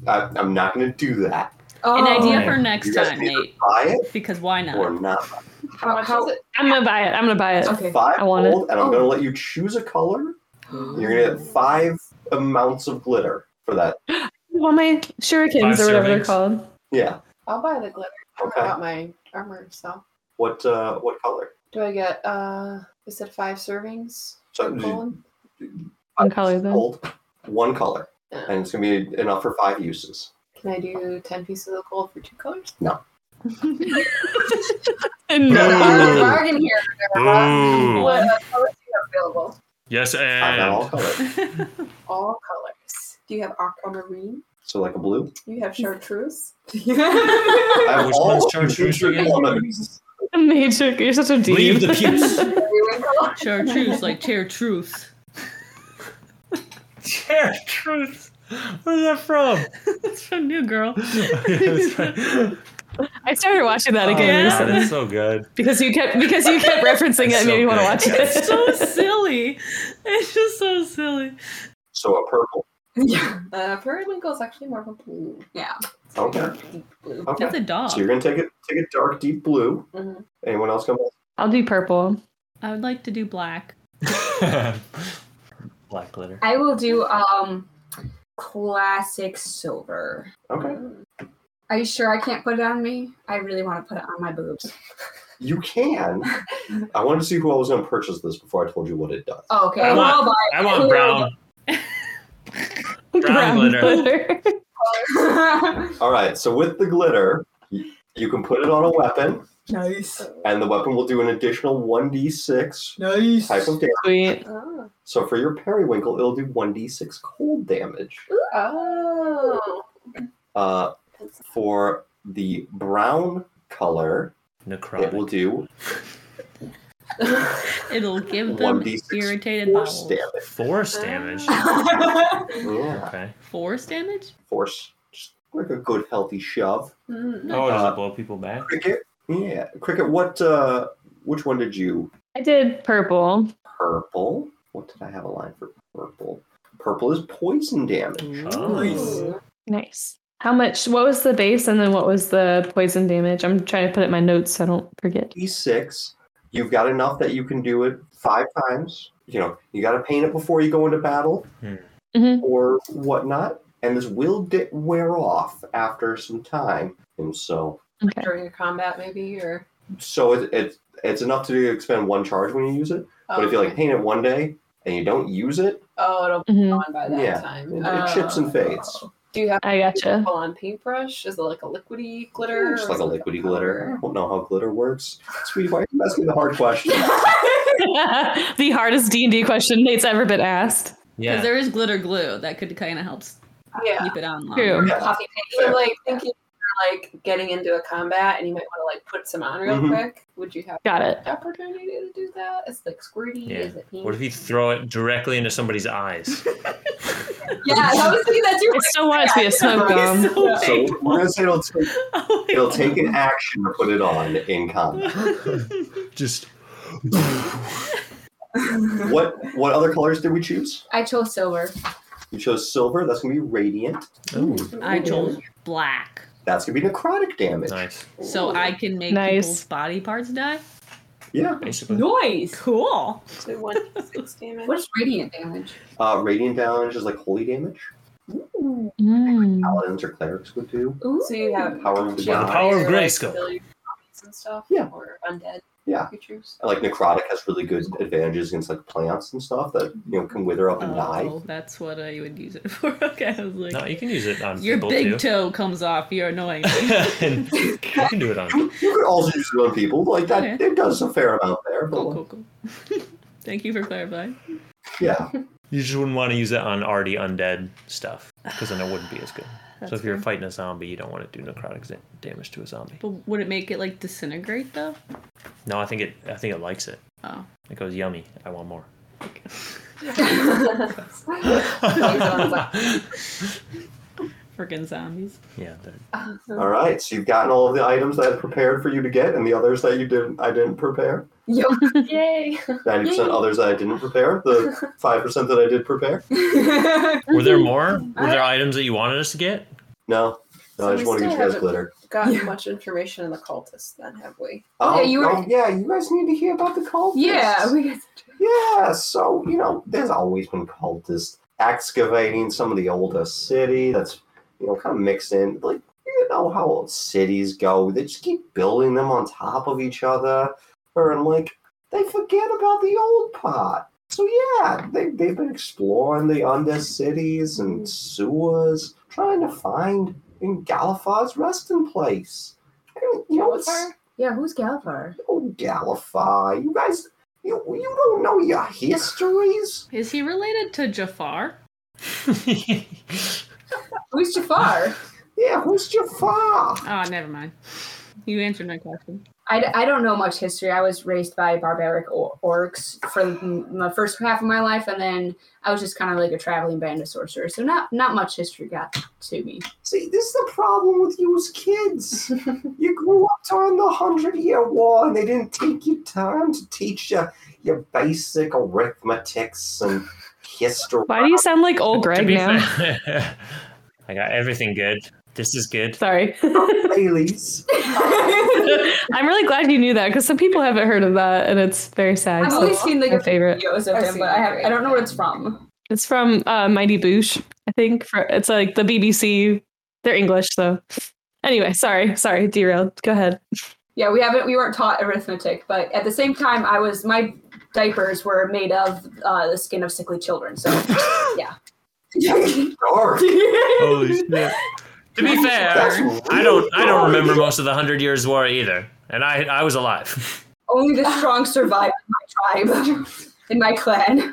A: I, I'm not going to do that.
B: Oh,
D: An idea for
C: You
D: next
A: you guys
D: time,
A: can either
D: Nate.
A: buy it
D: Because why
A: or
D: not?
A: not.
B: How, how-
E: I'm gonna buy it. I'm gonna buy it.
B: okay.
A: Five
E: I want it.
A: gold, and I'm going to let you choose a color. You're going to get five amounts of glitter for that.
E: Well, my shurikens
C: Five
E: or whatever they're
C: servings.
E: called.
A: Yeah.
F: I'll buy the glitter. I'm
A: Okay.
F: out my armor, so.
A: What uh, what color?
F: Do I get, uh, you said five servings?
A: So,
F: Colin?
E: One color then.
A: Gold. One color.
F: Uh,
A: and it's gonna be enough for five uses.
F: can I do 10 pieces of gold for two colors?
E: And
B: There's a
E: no.
B: bargain- bargain here.
C: Boom.
B: What uh, colors do you have available?
C: Yes,
A: I've got all
C: and
A: colors.
F: All colors. Do you have aquamarine?
A: So like a blue.
F: You have chartreuse?
A: I have
C: Which
A: all
C: one's
A: of the
C: chartreuse
A: major
C: again?
A: elements.
E: Major, you're such a dude.
C: leave the pews.
B: Everyone color.
D: Sure, truth, like chair truth.
C: Chair truth. Where's that from?
D: That's from New Girl.
C: That's right.
E: I started watching that again
D: yeah.
E: recently
C: That's so good.
E: because you kept because you kept referencing it
C: That's
E: and made me
C: so
E: want to
C: good.
E: watch
D: It's
E: it.
D: so silly. It's just so silly.
A: So a purple.
B: Yeah.
F: Uh, periwinkle is actually more of a blue.
B: Yeah.
A: Okay.
F: Deep blue.
A: Okay.
D: That's a dog.
A: So you're gonna take it take a dark deep blue.
F: Mhm.
A: Anyone else come?
E: I'll do purple.
D: I would like to do black.
C: Black glitter.
B: I will do um classic silver.
A: Okay.
B: Are you sure I can't put it on me? I really want to put it on my boobs.
A: You can. I wanted to see who I was gonna purchase this before I told you what it does.
B: Oh, okay.
C: I
B: Well,
C: want-
B: I'll buy it.
C: I want brown. Brown glitter.
A: All right. So with the glitter, y- you can put it on a weapon,
B: nice.
A: and the weapon will do an additional one d six
B: Nice.
A: type of damage.
E: Sweet.
F: Oh.
A: So for your periwinkle, it'll do one d six cold damage.
F: oh.
A: Uh, for the brown color, it will
C: Necrotic.
A: do
D: It'll give them
A: 1d6
D: irritated
A: force
D: bowels.
A: damage.
C: Force damage.
F: Hmm.
A: Yeah,
C: Okay.
D: Force damage?
A: force. Just like a good healthy shove.
F: Mm.
C: Oh, does it blow people back?
A: Cricket. Yeah, cricket. What? uh Which one did you?
E: I did purple.
A: Purple. What did I have a line for purple? Purple is poison damage.
C: Oh.
E: Nice. How much? What was the base and then what was the poison damage? I'm trying to put it in my notes so I don't forget.
A: D6. You've got enough that you can do it five times. You know, you got to paint it before you go into battle
C: Hmm.
E: Mhm.
A: or whatnot. And this will di- wear off after some time. And so,
E: Okay.
F: During a combat, maybe, or.
A: so it, it, it's enough to expend one charge when you use it. But if you like
F: okay.
A: paint it one day and you don't use it,
F: Oh, it'll be
E: Mhm.
F: gone by that
A: Yeah.
F: time. Oh.
A: it, it chips and fades.
F: Do you have
E: I gotcha.
F: full on paintbrush? Is it like a liquidy glitter?
A: Just
F: or
A: like a
F: is it
A: liquidy glitter.
F: powder?
A: I don't know how glitter works. Sweetie, why are you asking the hard question?
E: the hardest D and D question Nate's ever been asked.
D: Because
C: Yeah.
D: there is glitter glue that could kind of help s-
F: Yeah.
D: keep it on longer.
E: True.
C: Um,
A: Yeah.
B: Coffee
F: So like thinking you're, like getting into a combat and you might want to like put some on real
C: Mm-hmm.
A: Mhm.
F: quick. Would you have
E: Got it.
F: the opportunity to do that? It's like squirty.
C: Yeah.
F: Is it pink?
C: What if you throw it directly into somebody's eyes?
B: paint. Yeah, I was thinking that too.
E: I still want it to be a smoke
D: That'd be
E: bomb.
D: so
A: So
D: painful.
A: we're gonna say it'll take,
D: Oh my
A: it'll
D: God.
A: take an action to put it on in combat.
C: Just
A: What what other colors did we choose?
B: I chose silver.
A: You chose silver. That's gonna be radiant.
D: I chose black.
A: That's gonna be necrotic damage.
C: nice.
D: So I can make
E: Nice.
D: people's body parts die?
A: Yeah.
C: Basically.
B: Noise.
D: Cool.
F: So one six damage.
B: What is radiant damage?
A: Uh, radiant damage is like holy damage.
E: Mm.
A: Paladins or clerics would do.
B: Ooh.
F: so you have
A: Power of the
C: Yeah, the
A: god.
C: power of
F: your, like,
C: Grayskull.
F: ability to do zombies and stuff.
A: Yeah.
F: Or undead.
G: Yeah.
F: you choose.
G: And, like necrotic has really good advantages against like plants and stuff that you know can wither up and die.
D: Oh, that's what I would use it for. Okay, I was like,
C: No, you can use it on
D: your
C: people
D: big
C: too.
D: toe comes off. You're annoying.
C: And you can do it on.
G: You could also use it on people like that.
D: Okay.
G: It does a fair amount there, but
D: cool, cool, cool. Thank you for clarifying.
G: yeah,
C: You just wouldn't want to use it on already undead stuff because then it wouldn't be as good. so if you're fighting a zombie, you don't want to do necrotic za- damage to a zombie.
D: But would it make it like disintegrate though?
C: No, I think it. I think it likes it.
D: Oh,
C: It goes yummy. I want more.
D: freaking zombies.
C: Yeah, they're-
F: Mm-hmm.
G: All right, so you've gotten all of the items that I prepared for you to get, and the others that you didn't. I didn't prepare.
B: Yep.
F: Yay!
G: Ninety percent others that I didn't prepare. The five percent that I did prepare.
C: were there more? Were there items that you wanted us to get?
G: No, no,
F: So
G: I
F: we
G: just want to
F: still
G: get you guys
F: haven't-
G: glitter.
F: Got
B: Yeah.
F: much information on the cultists, then have we?
B: Okay,
G: oh,
B: you were-
G: oh, yeah, you guys need to hear about the cultists.
B: yeah, we got
G: Yeah, so you know, there's always been cultists excavating some of the older city. That's you know kind of mixed in. Like you know how old cities go; they just keep building them on top of each other, or and like they forget about the old part. So yeah, they they've been exploring the under cities and sewers, trying to find in Galifa's resting place. I mean, you know, it's,
B: yeah. Who's Galvar?
G: Oh, Galifar, you guys, you you don't know your histories.
D: Is he related to Jafar?
B: Who's Jafar?
G: Yeah, who's Jafar?
D: Oh, never mind. You answered my question.
B: I, I don't know much history. I was raised by barbaric or- orcs for m- the first half of my life, and then I was just kind of like a traveling band of sorcerers. So not not much history got to me.
G: See, this is the problem with you as kids. you grew up during the Hundred Year War, and they didn't take your time to teach you your basic arithmetics and history.
E: Why do you sound like old
C: To
E: Greg
C: be
E: now?
C: fair- I got everything good. This is good.
E: Sorry.
G: Baileys?
E: I'm really glad you knew that because some people haven't heard of that and it's very sad.
B: I've
E: So
B: only seen like
E: my
B: a few
E: favorite.
B: videos of
F: I've
B: him,
F: seen
B: but I have
F: it.
B: I don't know what it's from.
E: It's from uh, Mighty Boosh, I think. For, it's like the BBC. They're English, so. Anyway, sorry, sorry, derailed. Go ahead.
B: Yeah, we haven't we weren't taught arithmetic, but at the same time, I was my diapers were made of uh, the skin of sickly children. So yeah.
G: Dark.
C: Holy shit. To be
G: That's
C: fair, I don't. I don't remember most of the Hundred Years' War either, and I I was alive.
B: Only the strong survive in my tribe, in my clan.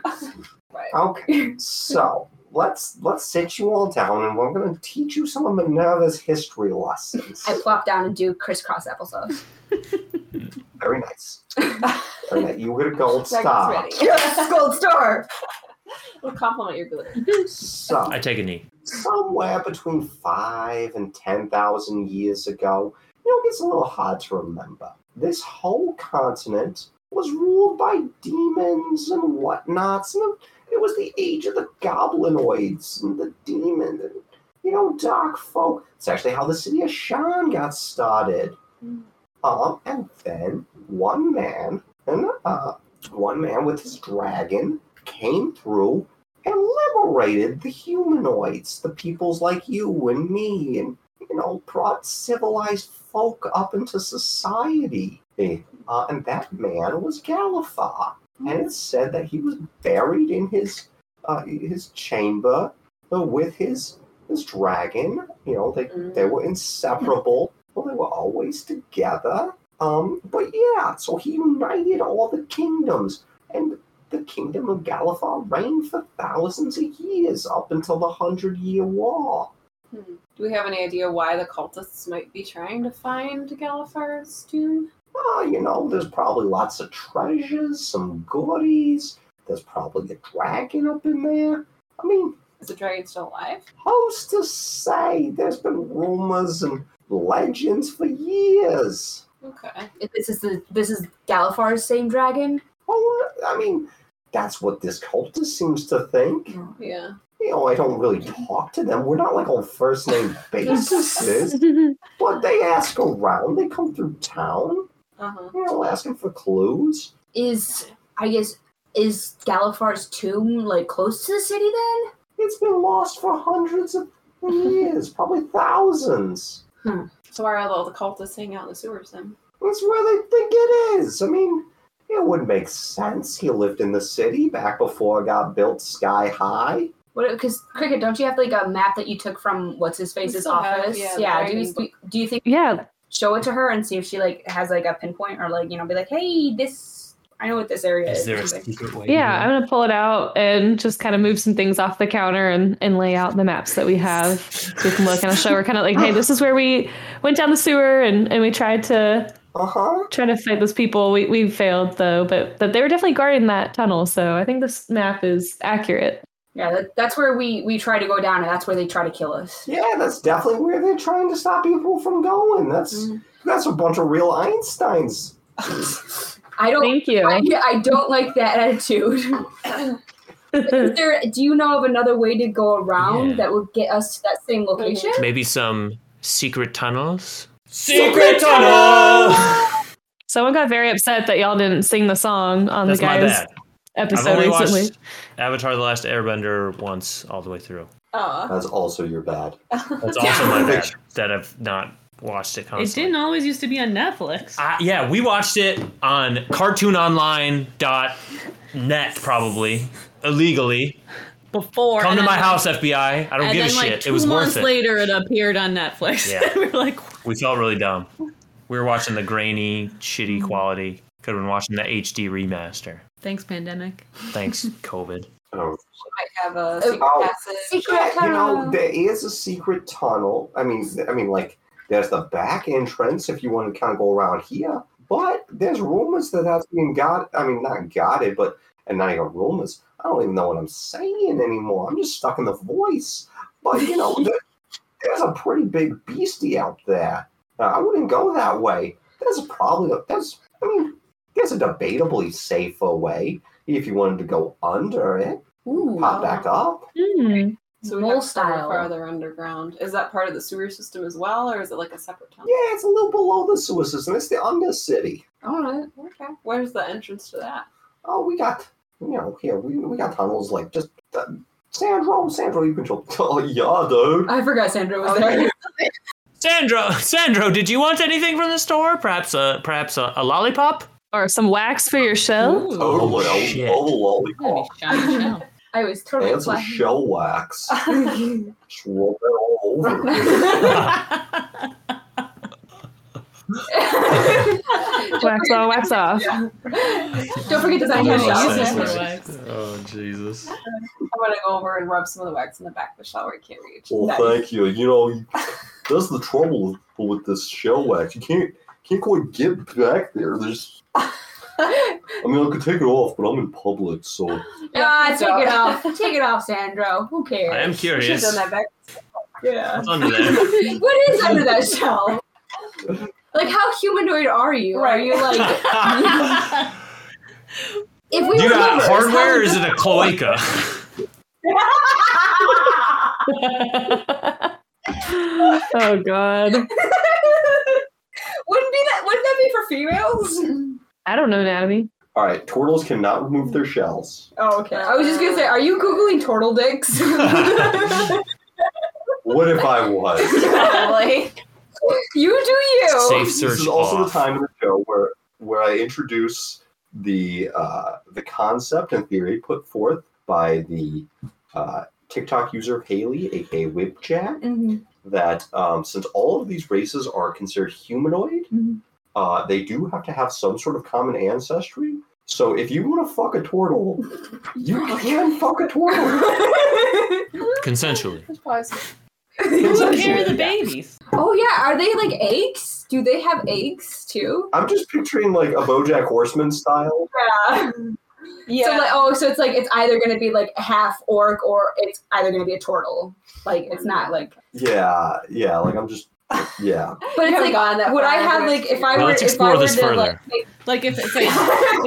G: Okay, so let's let's sit you all down, and we're gonna teach you some of Minerva's history lessons.
B: I plop down and do crisscross applesauce.
G: Very nice. Very nice. You get a gold
F: Greg is
G: star.
F: ready.
B: Yes, gold star.
F: We'll compliment your glitter.
G: So,
C: I take a knee.
G: somewhere between five and ten thousand years ago, you know, it gets a little hard to remember. This whole continent was ruled by demons and whatnots, and it was the age of the goblinoids and the demon and you know, dark folk. It's actually how the city of Shan got started. Um, and then one man and uh, one man with his dragon came through and liberated the humanoids, the peoples like you and me, and you know, brought civilized folk up into society. Uh, and that man was Galifar, and it's said that he was buried in his uh, his chamber uh, with his his dragon. You know, they they were inseparable. Well, they were always together. Um, but yeah, so he united all the kingdoms, and the kingdom of Galifar reigned for thousands of years up until the Hundred Year War.
F: Do we have any idea why the cultists might be trying to find Galifar's tomb?
G: Ah, you know, there's probably lots of treasures, some goodies. There's probably a dragon up in there. I mean,
F: Is the dragon still alive?
G: who's to say? There's been rumors and legends for years.
F: Okay.
B: This is the this is Galifar's same dragon.
G: Oh, I mean, that's what this cultist seems to think.
F: Yeah.
G: You know, I don't really talk to them. We're not like on first name basis. but they ask around. They come through town.
F: Uh huh.
G: You know, asking for clues.
B: Is I guess is Galifar's tomb like close to the city then?
G: It's been lost for hundreds of years, probably thousands.
F: So why are all the cultists hanging out in the sewers then?
G: That's where they think it is. I mean, it would make sense. He lived in the city back before it got built sky high.
B: What? Because cricket, don't you have like a map that you took from what's his face's
F: still have,
B: office?
F: yeah, the
B: do
F: writing
B: you do you think
E: Yeah,
B: show it to her and see if she like has like a pinpoint or like you know be like, hey, this I know what this area is.
C: Is there a
B: Something.
C: secret way?
E: yeah. I'm gonna pull it out and just kind of move some things off the counter and, and lay out the maps that we have. So we can look and I'll show her kind of like, hey, this is where we went down the sewer and, and we tried to
G: Uh huh.
E: try to fight those people. We we failed though, but but they were definitely guarding that tunnel. So I think this map is accurate.
B: Yeah, that, that's where we we try to go down, and that's where they try to kill us.
G: Yeah, that's definitely where they're trying to stop people from going. That's that's a bunch of real Einsteins.
B: I don't.
E: Thank you.
B: Oh, I, I don't like that attitude. Is there, do you know of another way to go around
C: Yeah.
B: that would get us to that
G: Mhm.
B: same location?
C: Maybe some secret tunnels.
G: Secret tunnel.
C: Oh
E: Someone got very upset that y'all didn't sing the song on
C: That's
E: the
C: my
E: guys
C: bad. I've
E: episode
C: only
E: recently.
C: watched Avatar: The Last Airbender once all the way through.
F: Oh.
G: That's also your bad.
C: That's also my bad that I've not watched it
D: It
C: constantly.
D: didn't always used to be on Netflix.
C: Uh, yeah, we watched it on cartoononline.net probably illegally.
D: Before
C: Come
D: and
C: to
D: then-
C: my house, FBI. I don't
D: And
C: give a
D: then like
C: shit.
D: two
C: it was
D: months
C: worth it.
D: later, it appeared on Netflix.
C: Yeah.
D: we were like,
C: We felt really dumb. We were watching the grainy, shitty quality. Could have been watching the HD remaster.
D: thanks pandemic.
C: Thanks, COVID.
G: Oh.
F: Might have a secret
G: Oh.
F: passage.
B: Secret
G: Yeah, you know,
B: tunnel.
G: there is a secret tunnel. I mean, I mean, like, there's the back entrance if you want to kind of go around here. But there's rumors that that's being got. I mean, not got it, but and not even rumors. I don't even know what I'm saying anymore. I'm just stuck in the voice. But you know, there, there's a pretty big beastie out there. Uh, I wouldn't go that way. There's probably a, there's. I mean, there's a debatably safer way if you wanted to go under it,
B: Ooh,
G: pop back up.
E: Hmm.
F: So we
B: Mole
F: have to go
B: style.
F: farther underground. Is that part of the sewer system as well, or is it like a separate tunnel?
G: Yeah, it's a little below the sewer system. It's the undercity.
B: All right.
F: Okay. Where's the entrance to that?
G: Oh, we got, you know, here, we, we got tunnels like just. Uh, Sandro, Sandro, you control. Oh, yeah, dude.
B: I forgot Sandra was there.
C: Sandro, Sandro, did you want anything from the store? Perhaps a perhaps a, a lollipop?
E: Or some wax for your shell.
D: Ooh,
G: Totally.
C: Oh,
G: Oh,
C: shit.
G: oh,
D: I'm gonna
G: lollipop.
D: be shot in the shell.
B: I was totally
G: And some
B: fine.
G: shell wax. just rub it all over.
E: Wax on, wax off.
B: Don't forget to sign
C: Yeah,
B: your
C: yeah,
B: shop.
C: yeah.
D: Super wax.
C: Oh Jesus.
F: I'm gonna go over and rub some of the wax in the back of the shell where it can't reach.
G: Well,
F: Nice.
G: thank you. You know, you- that's the trouble with, with this shell wax. You can't can't quite get back there. There's, I mean, I could take it off, but I'm in public, so
B: Ah,
F: Yeah.
B: take it off. Take it off, Sandro. Who cares?
C: I am
F: We should have
C: curious.
F: done that back.
B: Yeah.
C: What's under there?
B: what is under that shell? Like, how humanoid are you? Are you like, if we
C: Do you
B: were
C: got
B: lovers,
C: hardware or
B: how-
C: is it a cloaca?
E: oh god.
B: Wouldn't be that? Wouldn't that be for females?
E: I don't know anatomy.
G: All right, turtles cannot remove their shells.
B: Oh, okay. I was just gonna say, are you googling turtle dicks?
G: What if I was?
F: Probably.
B: you do you.
C: Safe
G: this
C: search
G: is also
C: off.
G: the time of the show where where I introduce the uh, the concept and theory put forth by the uh, TikTok user Haley, aka Whipjack,
B: Mhm.
G: that um, since all of these races are considered humanoid,
C: Mm-hmm.
B: Mhm.
G: uh, they do have to have some sort of common ancestry. So if you want to fuck a turtle, you can fuck a turtle.
C: Consensually.
F: There's probably some
D: Who would care the babies?
B: oh yeah, are they like eggs? Do they have eggs too?
G: I'm just picturing like a BoJack Horseman style.
B: Yeah.
F: Yeah.
B: So like, oh, so it's like it's either gonna be like a half orc or it's either gonna be a turtle. Like it's not like,
G: Yeah, yeah. Like I'm just, yeah.
B: but it's
F: haven't
B: like
F: gone that
B: would
F: far
B: I
F: into
B: have
F: it.
B: like if I
C: Now
B: were
C: let's
B: if
C: explore
B: I were
C: this
B: to
C: further.
B: like make-
D: Like if it's a, if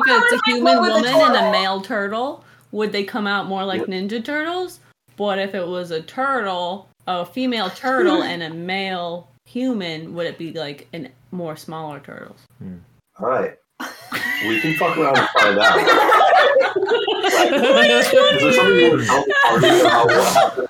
D: it's a human
B: With a
D: woman and a
B: turtle.
D: male turtle, would they come out more like Ninja Turtles? But if it was a turtle, a female turtle and a male human, would it be like an more smaller turtles?
G: All right. We can fuck around and find out. Is there something you want to tell the party about what happened?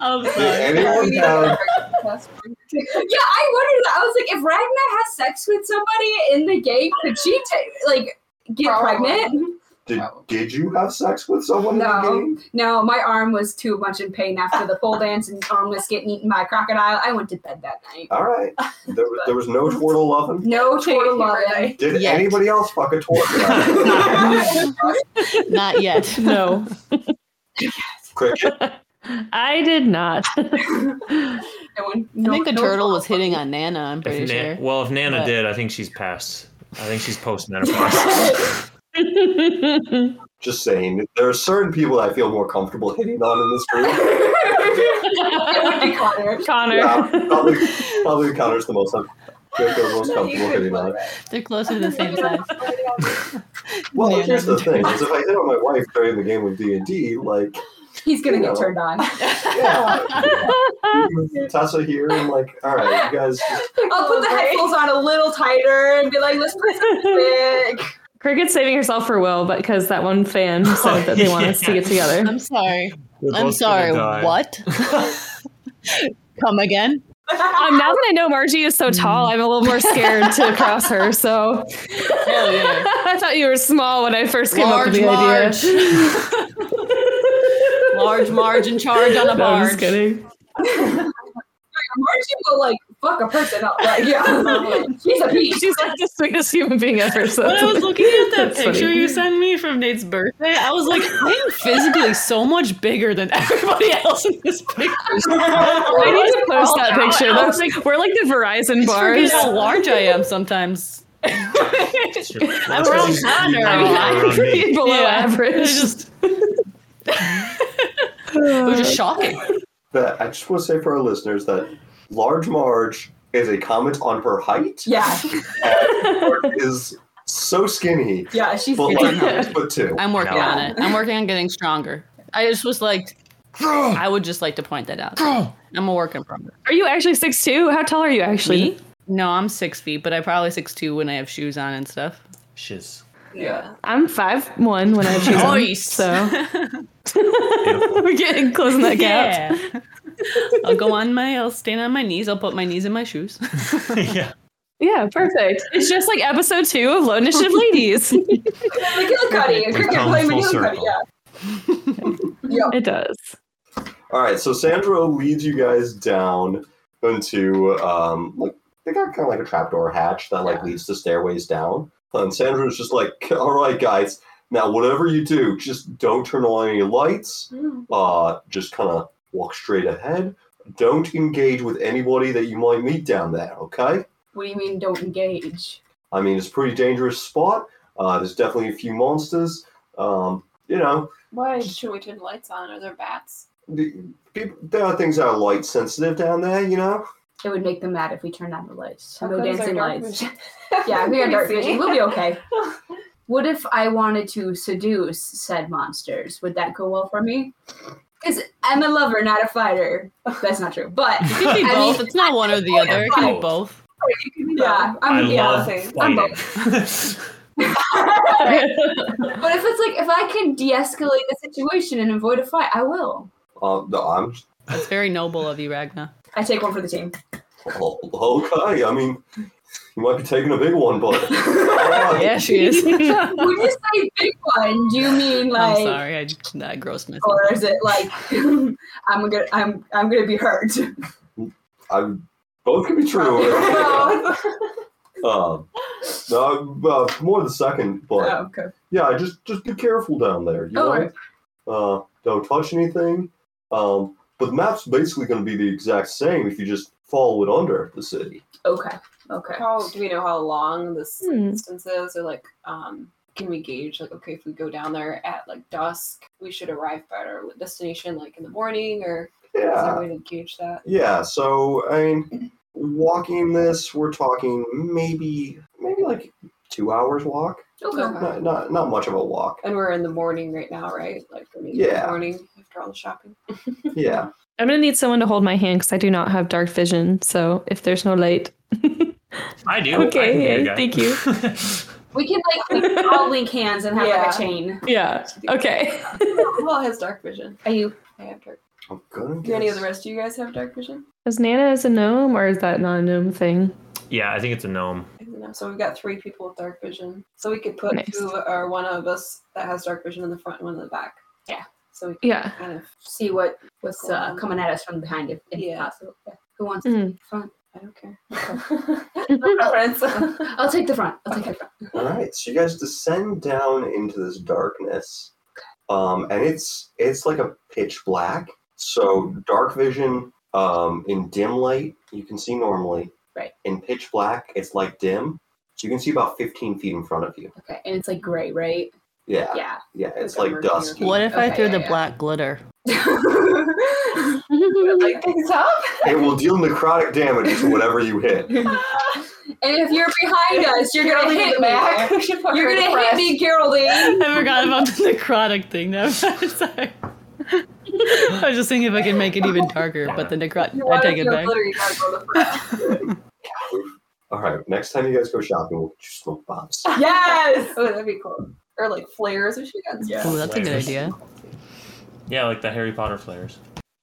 D: I'm
G: Did
D: sorry.
G: anyone have
F: That's weird.
B: yeah, I wondered that. I was like, if Ragna has sex with somebody in the gang, could she ta- like get
F: Probably.
B: pregnant?
G: Did, did you have sex with someone in the
B: No.
G: game?
B: No, my arm was too much in pain after the pole dance and almost getting eaten by a crocodile. I went to bed that night.
G: All right. There, was- there was no twirl loving.
B: No total
F: Thank you,
B: loving.
F: Renee.
G: Did
I: Yet.
G: anybody else fuck a twirl?
I: Not yet.
E: No,
G: Cricket.
E: I did not.
B: No one-
I: I
B: no-
I: think the
B: no
I: turtle was
B: total
I: hitting on Nana, I'm pretty
C: If Na-
I: sure.
C: well, if Nana
I: But-
C: did, I think she's past. I think she's post menopause.
G: Just saying, there are certain people I feel more comfortable hitting on in this group.
B: loving. It would be Connor.
E: Connor.
G: Yeah, probably, probably Connor's the most, un- the most
F: No,
G: comfortable
F: you could
G: hitting on.
F: play
G: it.
I: They're closer to the same size.
G: Well,
I: Nana
G: here's the
I: and
G: thing: is if I hit on my wife during the game of D and D, like,
B: He's gonna
G: No.
B: get turned on.
G: yeah, Tessa here, and like, all right, you guys, just,
B: I'll put the headphones on a little tighter and be like, let's put some music.
E: Cricket's saving herself for Will, but because that one fan said that they want us to get together.
I: I'm sorry. I'm sorry. What? Come again?
E: Um, now that I know Margie is so tall, I'm a little more scared to cross her. So
I: Hell yeah.
E: I thought you were small when I first came up with
I: Large
E: the
I: Marge.
E: idea.
I: Large Marge in charge on a
E: No, I'm
I: barge.
E: just kidding.
B: Margie will like fuck a person up. Like, yeah, she's a beast.
E: She's like the sweetest human being ever. So
D: When I was looking at that
E: That's funny.
D: picture you sent me from Nate's birthday, I was like, I'm physically so much bigger than everybody else in this picture.
E: I need to post that
D: out.
E: picture.
D: I
E: That's like we're like the Verizon
D: Forget
E: bars.
D: how large I am sometimes.
C: I'm
D: around Connor.
E: I mean, I'm pretty below
D: Yeah.
E: average.
D: It's just, it
E: Uh,
D: was just shocking.
G: that I just want to say for our listeners that large Marge is a comment on her height.
B: Yeah,
G: and Marge is so skinny,
B: yeah, she's.
G: but
I: It's
G: like
I: unhealthy.
G: six foot two.
I: I'm working
C: No.
I: on it. I'm working on getting stronger. I just was like, I would just like to point that out. I'm a work in progress.
E: are you actually six two? How tall are you actually?
I: No, I'm six feet, but I probably six two when I have shoes on and stuff.
C: Shiz.
F: Yeah.
E: I'm five one when I have shoes on.
I: Nice.
E: So we're getting closing that gap.
D: Yeah. I'll go on my, I'll stand on my knees. I'll put my knees in my shoes.
C: yeah.
E: Yeah. perfect. It's just like episode two of Low Initiative Ladies.
B: McGillicuddy.
C: We've
B: Cricket
C: come
B: play McGillicuddy.
C: full circle.
B: Yeah. yep.
E: It does.
G: All right, so Sandra leads you guys down into um, like they got kind of like a trapdoor hatch that like leads to stairways down. And Sandra's just like, "All right, guys, now whatever you do, just don't turn on any lights.
B: Mm-hmm.
G: Uh, just kind of walk straight ahead. Don't engage with anybody that you might meet down there. Okay?
B: What do you mean? Don't engage.
G: I mean, it's a pretty dangerous spot. Uh, there's definitely a few monsters. Um, you know,
F: Why should we turn the lights on? Are there bats?
G: the- people, there are things that are light sensitive down there, you know?
B: It would make them mad if we turned on the lights.
F: How
B: No
F: come is there
B: dancing
F: dark
B: lights.
F: vision?
B: Yeah, we are
F: Can
B: dark
F: see?
B: vision. We'll be okay. What if I wanted to seduce said monsters? Would that go well for me? Because I'm a lover, not a fighter. That's not true, but
I: It could be
B: I
I: both.
B: mean-
I: it's not one or
B: Oh,
I: the other. It could be
C: Both.
I: both.
B: yeah,
C: I
B: I'm, yeah.
C: love
F: same.
B: I'm
C: fighting.
B: But if it's like if I can de-escalate the situation and avoid a fight, I will.
G: Um, no, I'm
I: That's very noble of you, Ragna.
B: I take one for the team.
G: oh, okay. I mean, you might be taking a big one, but
B: Oh,
G: uh,
I: Yeah, she is.
B: when you say big one, do you mean
I: I'm
B: like, oh,
I: sorry. I just, I grossed myself.
B: or is it like I'm gonna I'm I'm gonna be hurt?
G: I'm, both can be true.
B: oh,
G: um, no, I'm, uh, more the second, but
B: okay.
G: yeah, just just be careful down there. You know,
B: All right.
G: uh, don't touch anything. Um, but the map's basically going to be the exact same if you just follow it under the city.
B: Okay. Okay.
F: How do we know how long this
E: Hmm.
F: distance is, or like, um, can we gauge like, okay, if we go down there at like dusk, we should arrive at our destination like in the morning, or is there
G: Yeah.
F: a way to gauge that?
G: Yeah, so I mean, walking this, we're talking maybe maybe like two hours walk.
B: Okay.
G: Not not, not much of a walk.
F: And we're in the morning right now, right? Like, I mean,
G: Yeah.
F: morning after all the shopping.
G: Yeah,
E: I'm gonna need someone to hold my hand because I do not have dark vision. So if there's no light,
C: I do.
E: Okay,
C: I can hear
E: hey,
C: guy.
E: thank you.
B: We can like we can all link hands and have like
F: Yeah.
B: a chain.
E: yeah. Okay.
F: well, it has dark vision.
B: Are Uh, you
F: I have dark.
A: I'm gonna
F: Do any of the
A: guess-
F: rest of you guys have dark vision?
E: Is Nana as a gnome or is that not a gnome thing?
C: Yeah, I think it's a gnome.
F: I don't know. So we've got three people with dark vision. So we could put
E: Nice.
F: two or one of us that has dark vision in the front and one in the back.
B: Yeah.
F: So we can
E: Yeah.
F: kind of
B: See what what's uh, coming at us from behind, if, if
F: Yeah.
B: possible. Yeah. Who wants to
E: Mhm.
B: take the front?
F: I don't care. Preference.
B: I'll take the front. I'll take the front.
A: All right, so you guys descend down into this darkness, um, and it's it's like a pitch black. So dark vision um, in dim light you can see normally.
B: Right.
A: In pitch black, it's like dim, so you can see about fifteen feet in front of you.
B: Okay, and it's like gray, right?
A: Yeah, yeah,
B: Yeah.
A: it's
F: Like
A: like
F: over here.
A: dusky.
D: What if I
B: Okay,
D: threw
B: yeah,
D: the
B: yeah.
D: black glitter?
F: like things up.
A: It will deal necrotic damage to whatever you hit.
B: And if you're behind us, you're gonna
F: Geraldine in
B: hit
F: the
B: me.
F: back. We should put
B: You're
F: her in
B: gonna
F: the
B: hit
F: front.
B: me, Geraldine.
J: I forgot about the necrotic thing. Now sorry. I was just thinking if I could make it even darker, but the necrotic.
B: You
J: I
B: wanna
J: take it
B: feel
J: back.
B: glitter, you gotta go to the front.
A: All right, next time you guys go shopping, we'll get you smoke bombs.
B: yes.
F: Oh, that'd be cool. Or like flares. We should have got
D: Oh, that's a good
C: flares.
D: idea.
C: Yeah, like the Harry Potter flares.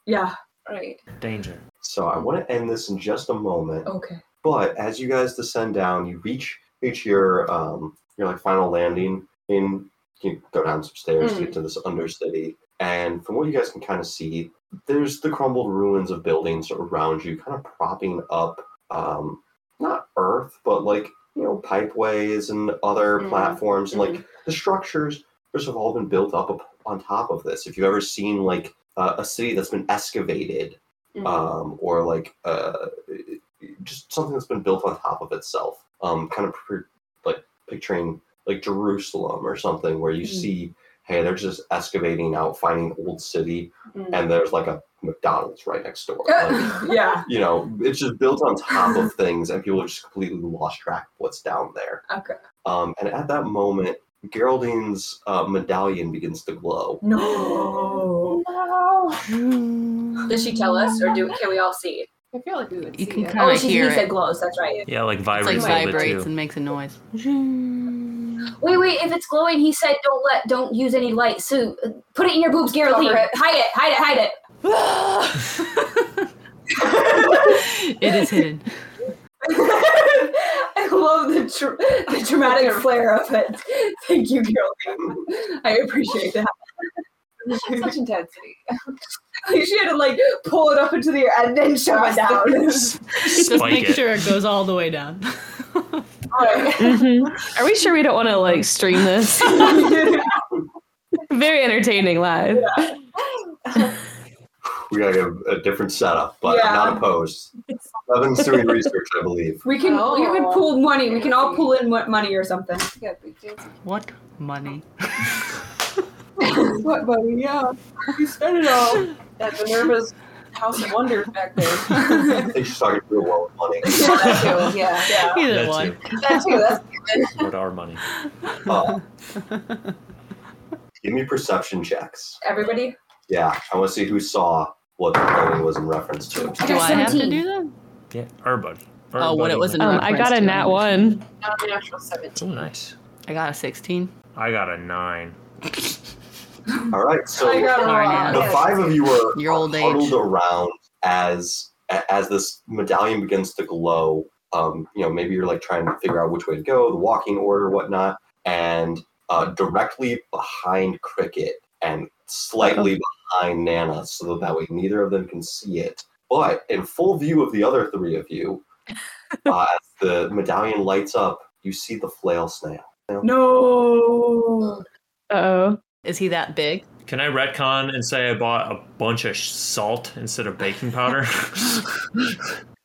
B: Yeah.
F: right.
C: Danger.
A: So I want to end this in just a moment.
B: Okay.
A: But as you guys descend down, you reach reach your um your like final landing in you go down some stairs to get to this undercity. And from what you guys can kind of see, there's the crumbled ruins of buildings around you, kind of propping up um not earth, but like, you know, pipeways and other
F: Mhm.
A: platforms. And like the structures first have all been built up up on top of this. If you've ever seen like uh, a city that's been excavated
F: Mhm.
A: um, or like uh, just something that's been built on top of itself. Um, kind of pre- like picturing like Jerusalem or something where you
F: Mhm.
A: see, hey, they're just excavating out, finding old city,
F: Mhm.
A: and there's like a McDonald's right next door. Like,
F: Mm.
B: yeah.
A: you know, it's just built on top of things, and people have just completely lost track of what's down there.
B: Okay.
A: Um, and at that moment, Geraldine's uh, medallion begins to glow.
B: No. Does she tell us, or do can we all see?
F: I feel like we would
D: You
F: see
D: can
F: it.
D: kind Kinda
B: oh, she,
D: hear
B: he said
D: it.
B: glows. That's right.
C: Yeah, like
D: It's
C: vibrates
D: like
C: a little bit
D: vibrates
C: too.
D: and makes a noise.
B: Wait, wait. If it's glowing, he said, don't let, don't use any light. So uh, put it in your boobs, Geraldine.
F: Cover it.
B: Hide it. Hide it. Hide it.
D: It is hidden.
B: I love the, tr- the dramatic flair of it. Thank you, Geraldine. I appreciate that.
F: Such intensity.
B: she had to like pull it up into the air and then shove it down.
J: Just
C: Spike
J: make
C: it.
J: sure it goes all the way down.
E: Mm-hmm. Are we sure we don't want to like stream this? Very entertaining live.
A: We gotta get a, a different setup, but
B: Yeah.
A: I'm not opposed. Evan's doing research, I believe.
B: we can we
F: Oh.
B: can pool money. We can all pull in mo- money or something.
F: Yeah, big dancing.
D: What money?
F: What, buddy? Yeah. You spent it all at Minerva's House of Wonders back there.
A: I think she's talking to a wall of money.
F: that too. Yeah.
B: Yeah.
C: That
J: Either one.
C: too.
F: That too. That's
C: What our money?
A: Uh, give me perception checks.
B: Everybody.
A: Yeah, I want to see who saw what the building was in reference to.
B: I
D: Do
B: got
D: I have to
B: 17.
D: do that?
C: Yeah, our buddy. Our
D: Oh, what
C: buddy
D: it was in
E: Um, I got a nat one.
F: not a natural 17.
C: Oh, nice.
D: I got a 16.
C: I got a nine.
A: All right, so
F: I got a
D: Darn
F: lot.
D: it.
A: the five of you are
D: Your old
A: huddled
D: age.
A: around as a- as this medallion begins to glow. Um, you know, maybe you're like trying to figure out which way to go, the walking order, whatnot, and uh, directly behind Cricket and slightly behind Nana, so that, that way neither of them can see it. But in full view of the other three of you, uh, as the medallion lights up, you see the flail snail.
B: No.
E: Uh oh.
D: Is he that big?
C: Can I retcon and say I bought a bunch of sh- salt instead of baking powder?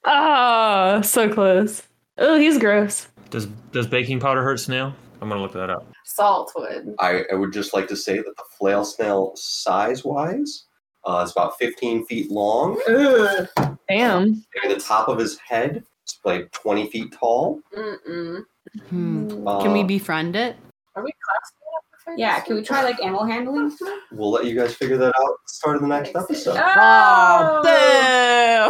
E: Ah, so close. Oh, he's gross.
C: does does baking powder hurt snail? I'm gonna look that up.
F: Salt would.
A: I, I would just like to say that the flail snail, size wise, uh, is about 15 feet long.
B: Ugh.
E: Damn.
A: Maybe the top of his head is like 20 feet tall.
F: Mm-mm.
D: Hmm.
A: Uh,
D: Can we befriend it?
F: Are we classing
B: Yeah. Can we try like animal handling? Ah,
A: We'll let you guys figure that out at the start of the next episode.
D: Oh,